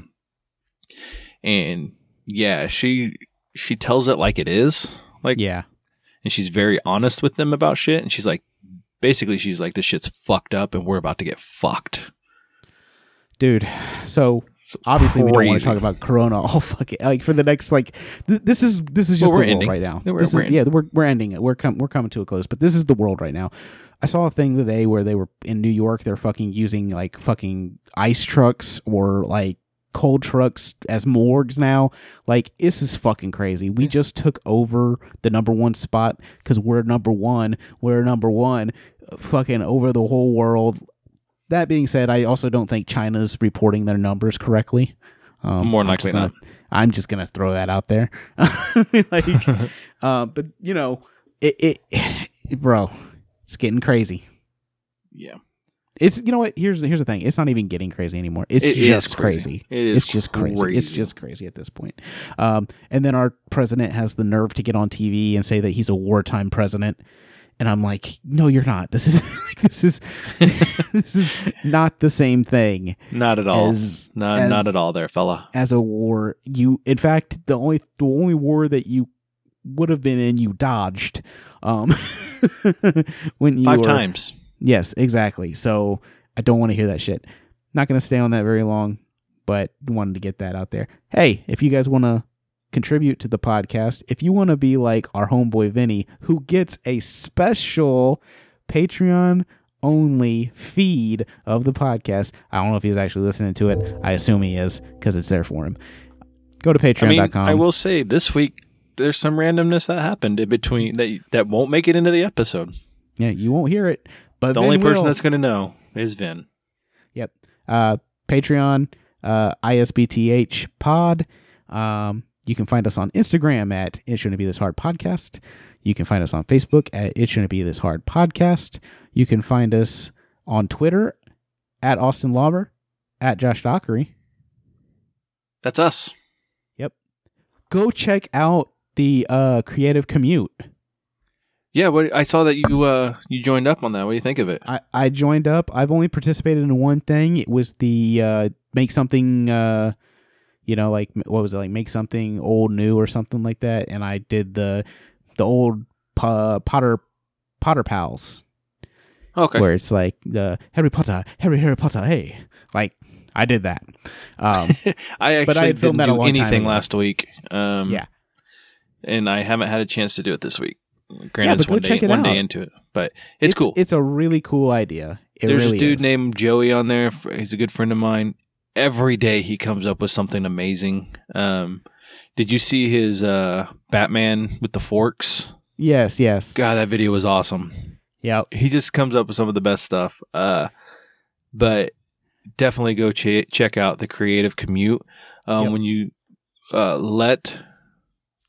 S1: and yeah, she she tells it like it is, like
S2: yeah,
S1: and she's very honest with them about shit. And she's like, basically, she's like, this shit's fucked up, and we're about to get fucked.
S2: dude. So
S1: It's
S2: obviously we don't want
S1: crazy.
S2: to talk about corona all fucking like for the next like th- this is this is
S1: Well,
S2: just
S1: we're
S2: the world
S1: ending.
S2: right now
S1: Yeah, we're-
S2: This is-
S1: we're ending.
S2: yeah we're, we're ending it we're, com- we're coming to a close but this is the world right now i saw a thing today where they were in new york they're fucking using like fucking ice trucks or like cold trucks as morgues now like this is fucking crazy we just took over the number one spot because we're number one we're number one fucking over the whole world that being said i also don't think china's reporting their numbers correctly um,
S1: More
S2: I'm just
S1: likely
S2: gonna-
S1: not.
S2: I'm just gonna throw that out there. like, uh, but you know, it, it, bro, it's getting crazy.
S1: Yeah,
S2: It's you know what? Here's here's the thing. It's not even getting crazy anymore. It's
S1: It is
S2: just
S1: crazy.
S2: crazy.
S1: It is
S2: It's just crazy. It's
S1: crazy.
S2: just crazy at this point. Um, and then our president has the nerve to get on TV and say that he's a wartime president. And I'm like, no, you're not. This is this is this is not the same thing
S1: not at all.
S2: As-
S1: no,
S2: as-
S1: not at all, there, fella.
S2: as a war you in fact the only the only war that you would have been in you dodged um when you
S1: Five
S2: were-
S1: times.
S2: yes exactly so i don't want to hear that shit not going to stay on that very long but wanted to get that out there hey if you guys want to contribute to the podcast if you want to be like our homeboy vinny who gets a special patreon only feed of the podcast i don't know if he's actually listening to it i assume he is because it's there for him go to
S1: I mean,
S2: patreon.com
S1: I will say this week there's some randomness that happened in between that that won't make it into the episode.
S2: yeah you won't hear it but
S1: The only
S2: Vin
S1: person
S2: will.
S1: that's going to know is Vin.
S2: Yep. Uh, Patreon, uh, ISBTH pod. Um, you can find us on Instagram at It Shouldn't Be This Hard Podcast. You can find us on Facebook at It Shouldn't Be This Hard Podcast. You can find us on Twitter at Austin Lauber, at Josh Dockery.
S1: That's us.
S2: Go check out the uh, Creative Commute.
S1: Yeah, what, I saw that you uh, you joined up on that. What do you think of it?
S2: I, I joined up. I've only participated in one thing. It was the uh, make something, uh, you know, like what was it like make something old new or something like that. And I did the the old po- Potter Potter pals
S1: Okay,
S2: where it's like the Harry Potter, Harry Harry Potter. Hey, like I did that. Um,
S1: I actually
S2: but I had
S1: didn't
S2: filmed that a
S1: do
S2: long time
S1: anything
S2: ago.
S1: last week. Um,
S2: Yeah.
S1: and I haven't had a chance to do it this week. Granted,
S2: Yeah,
S1: it's
S2: but go
S1: one day,
S2: check it
S1: one
S2: out.
S1: day into it, but it's, cool.
S2: It's a really cool idea. It
S1: There's
S2: really
S1: a dude
S2: is.
S1: named Joey on there. F- He's a good friend of mine. Every day he comes up with something amazing. Um, did you see his uh, Batman with the forks?
S2: Yes, yes,
S1: God, that video was awesome.
S2: yeah.
S1: He just comes up with some of the best stuff. Uh, but definitely go che check out the creative commute. Um,
S2: Yep.
S1: When you uh, let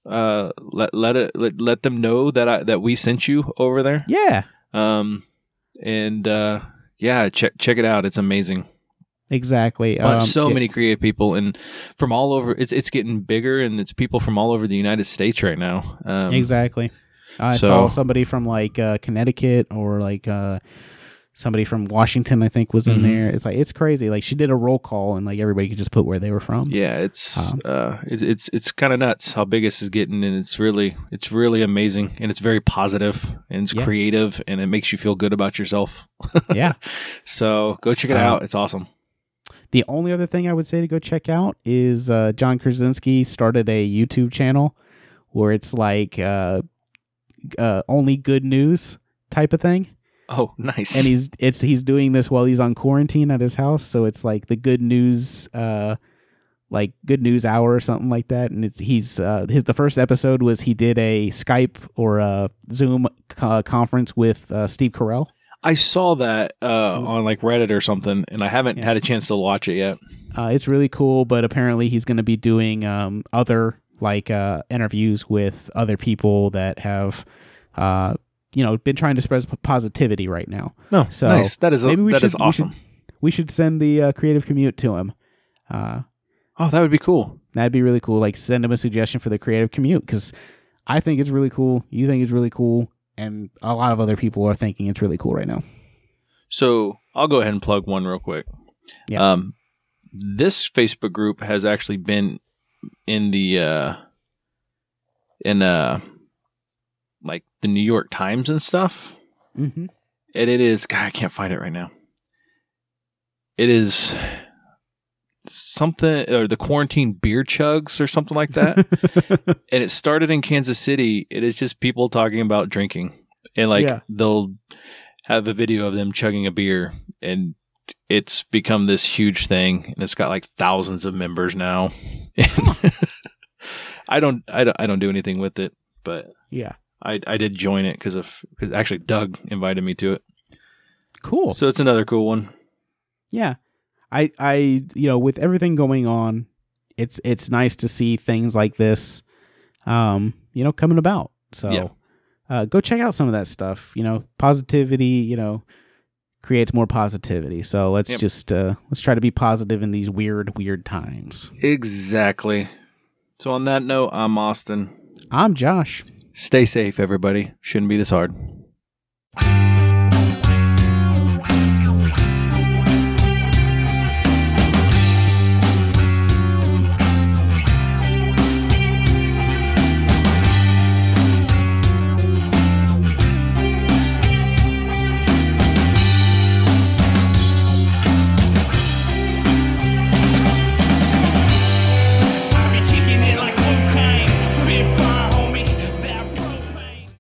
S1: uh, let let it let, let them know that I, that we sent you over there.
S2: Yeah,
S1: Um, and uh, yeah, check check it out. It's amazing.
S2: exactly.
S1: Well,
S2: Um,
S1: so
S2: it-
S1: many creative people, and from all over. It's it's getting bigger, and it's people from all over the United States right now. Um,
S2: Exactly. I
S1: so-
S2: saw somebody from like uh, Connecticut or like uh, somebody from Washington. I think was in
S1: Mhm.
S2: there. It's like it's crazy. Like she did a roll call and like everybody could just put where they were from.
S1: Yeah, it's
S2: Um,
S1: uh, it's it's, it's kind of nuts how big this is getting, and it's really it's really amazing, and it's very positive, and it's
S2: Yeah.
S1: creative, and it makes you feel good about yourself.
S2: yeah.
S1: So go check it
S2: Um,
S1: out; it's awesome.
S2: The only other thing I would say to go check out is uh, John Krasinski started a YouTube channel where it's like uh, uh, only good news type of thing.
S1: Oh, nice.
S2: and he's it's he's doing this while he's on quarantine at his house so it's like the good news uh like good news hour or something like that and it's he's uh his the first episode was he did a skype or a zoom uh, conference with uh, steve carell
S1: I saw that uh,
S2: was-
S1: on like Reddit or something, and I haven't
S2: Yeah.
S1: had a chance to watch it yet.
S2: uh it's really cool but apparently he's going to be doing um other like uh interviews with other people that have uh you know been trying to spread positivity right now
S1: No,
S2: So,
S1: nice. That is
S2: maybe we
S1: that is
S2: should- we should-
S1: awesome.
S2: we should send the uh, creative commute to him uh
S1: Oh, that would be cool.
S2: That'd be really cool. Like send them a suggestion for the creative commute because I think it's really cool. You think it's really cool, and a lot of other people are thinking it's really cool right now.
S1: So I'll go ahead and plug one real quick.
S2: Yeah.
S1: Um, this Facebook group has actually been in the uh, in uh, like the New York Times and stuff,
S2: Mm-hmm.
S1: and it is. God, I can't find it right now. It is something or the quarantine beer chugs or something like that. and it started in Kansas City. It is just people talking about drinking, and like
S2: Yeah.
S1: they'll have a video of them chugging a beer, and it's become this huge thing, and it's got like thousands of members now. And I don't, I don't, I don't do anything with it, but
S2: yeah,
S1: I, I did join it because of cause actually Doug invited me to it,
S2: cool.
S1: so it's another cool one.
S2: yeah, I, I, you know, with everything going on, it's it's nice to see things like this, um, you know, coming about. So,
S1: Yeah.
S2: uh, go check out some of that stuff. You know, positivity. You know, creates more positivity. So let's
S1: Yep.
S2: just uh, let's try to be positive in these weird, weird times.
S1: Exactly. So on that note, I'm Austin.
S2: I'm Josh.
S1: Stay safe, everybody. Shouldn't be this hard.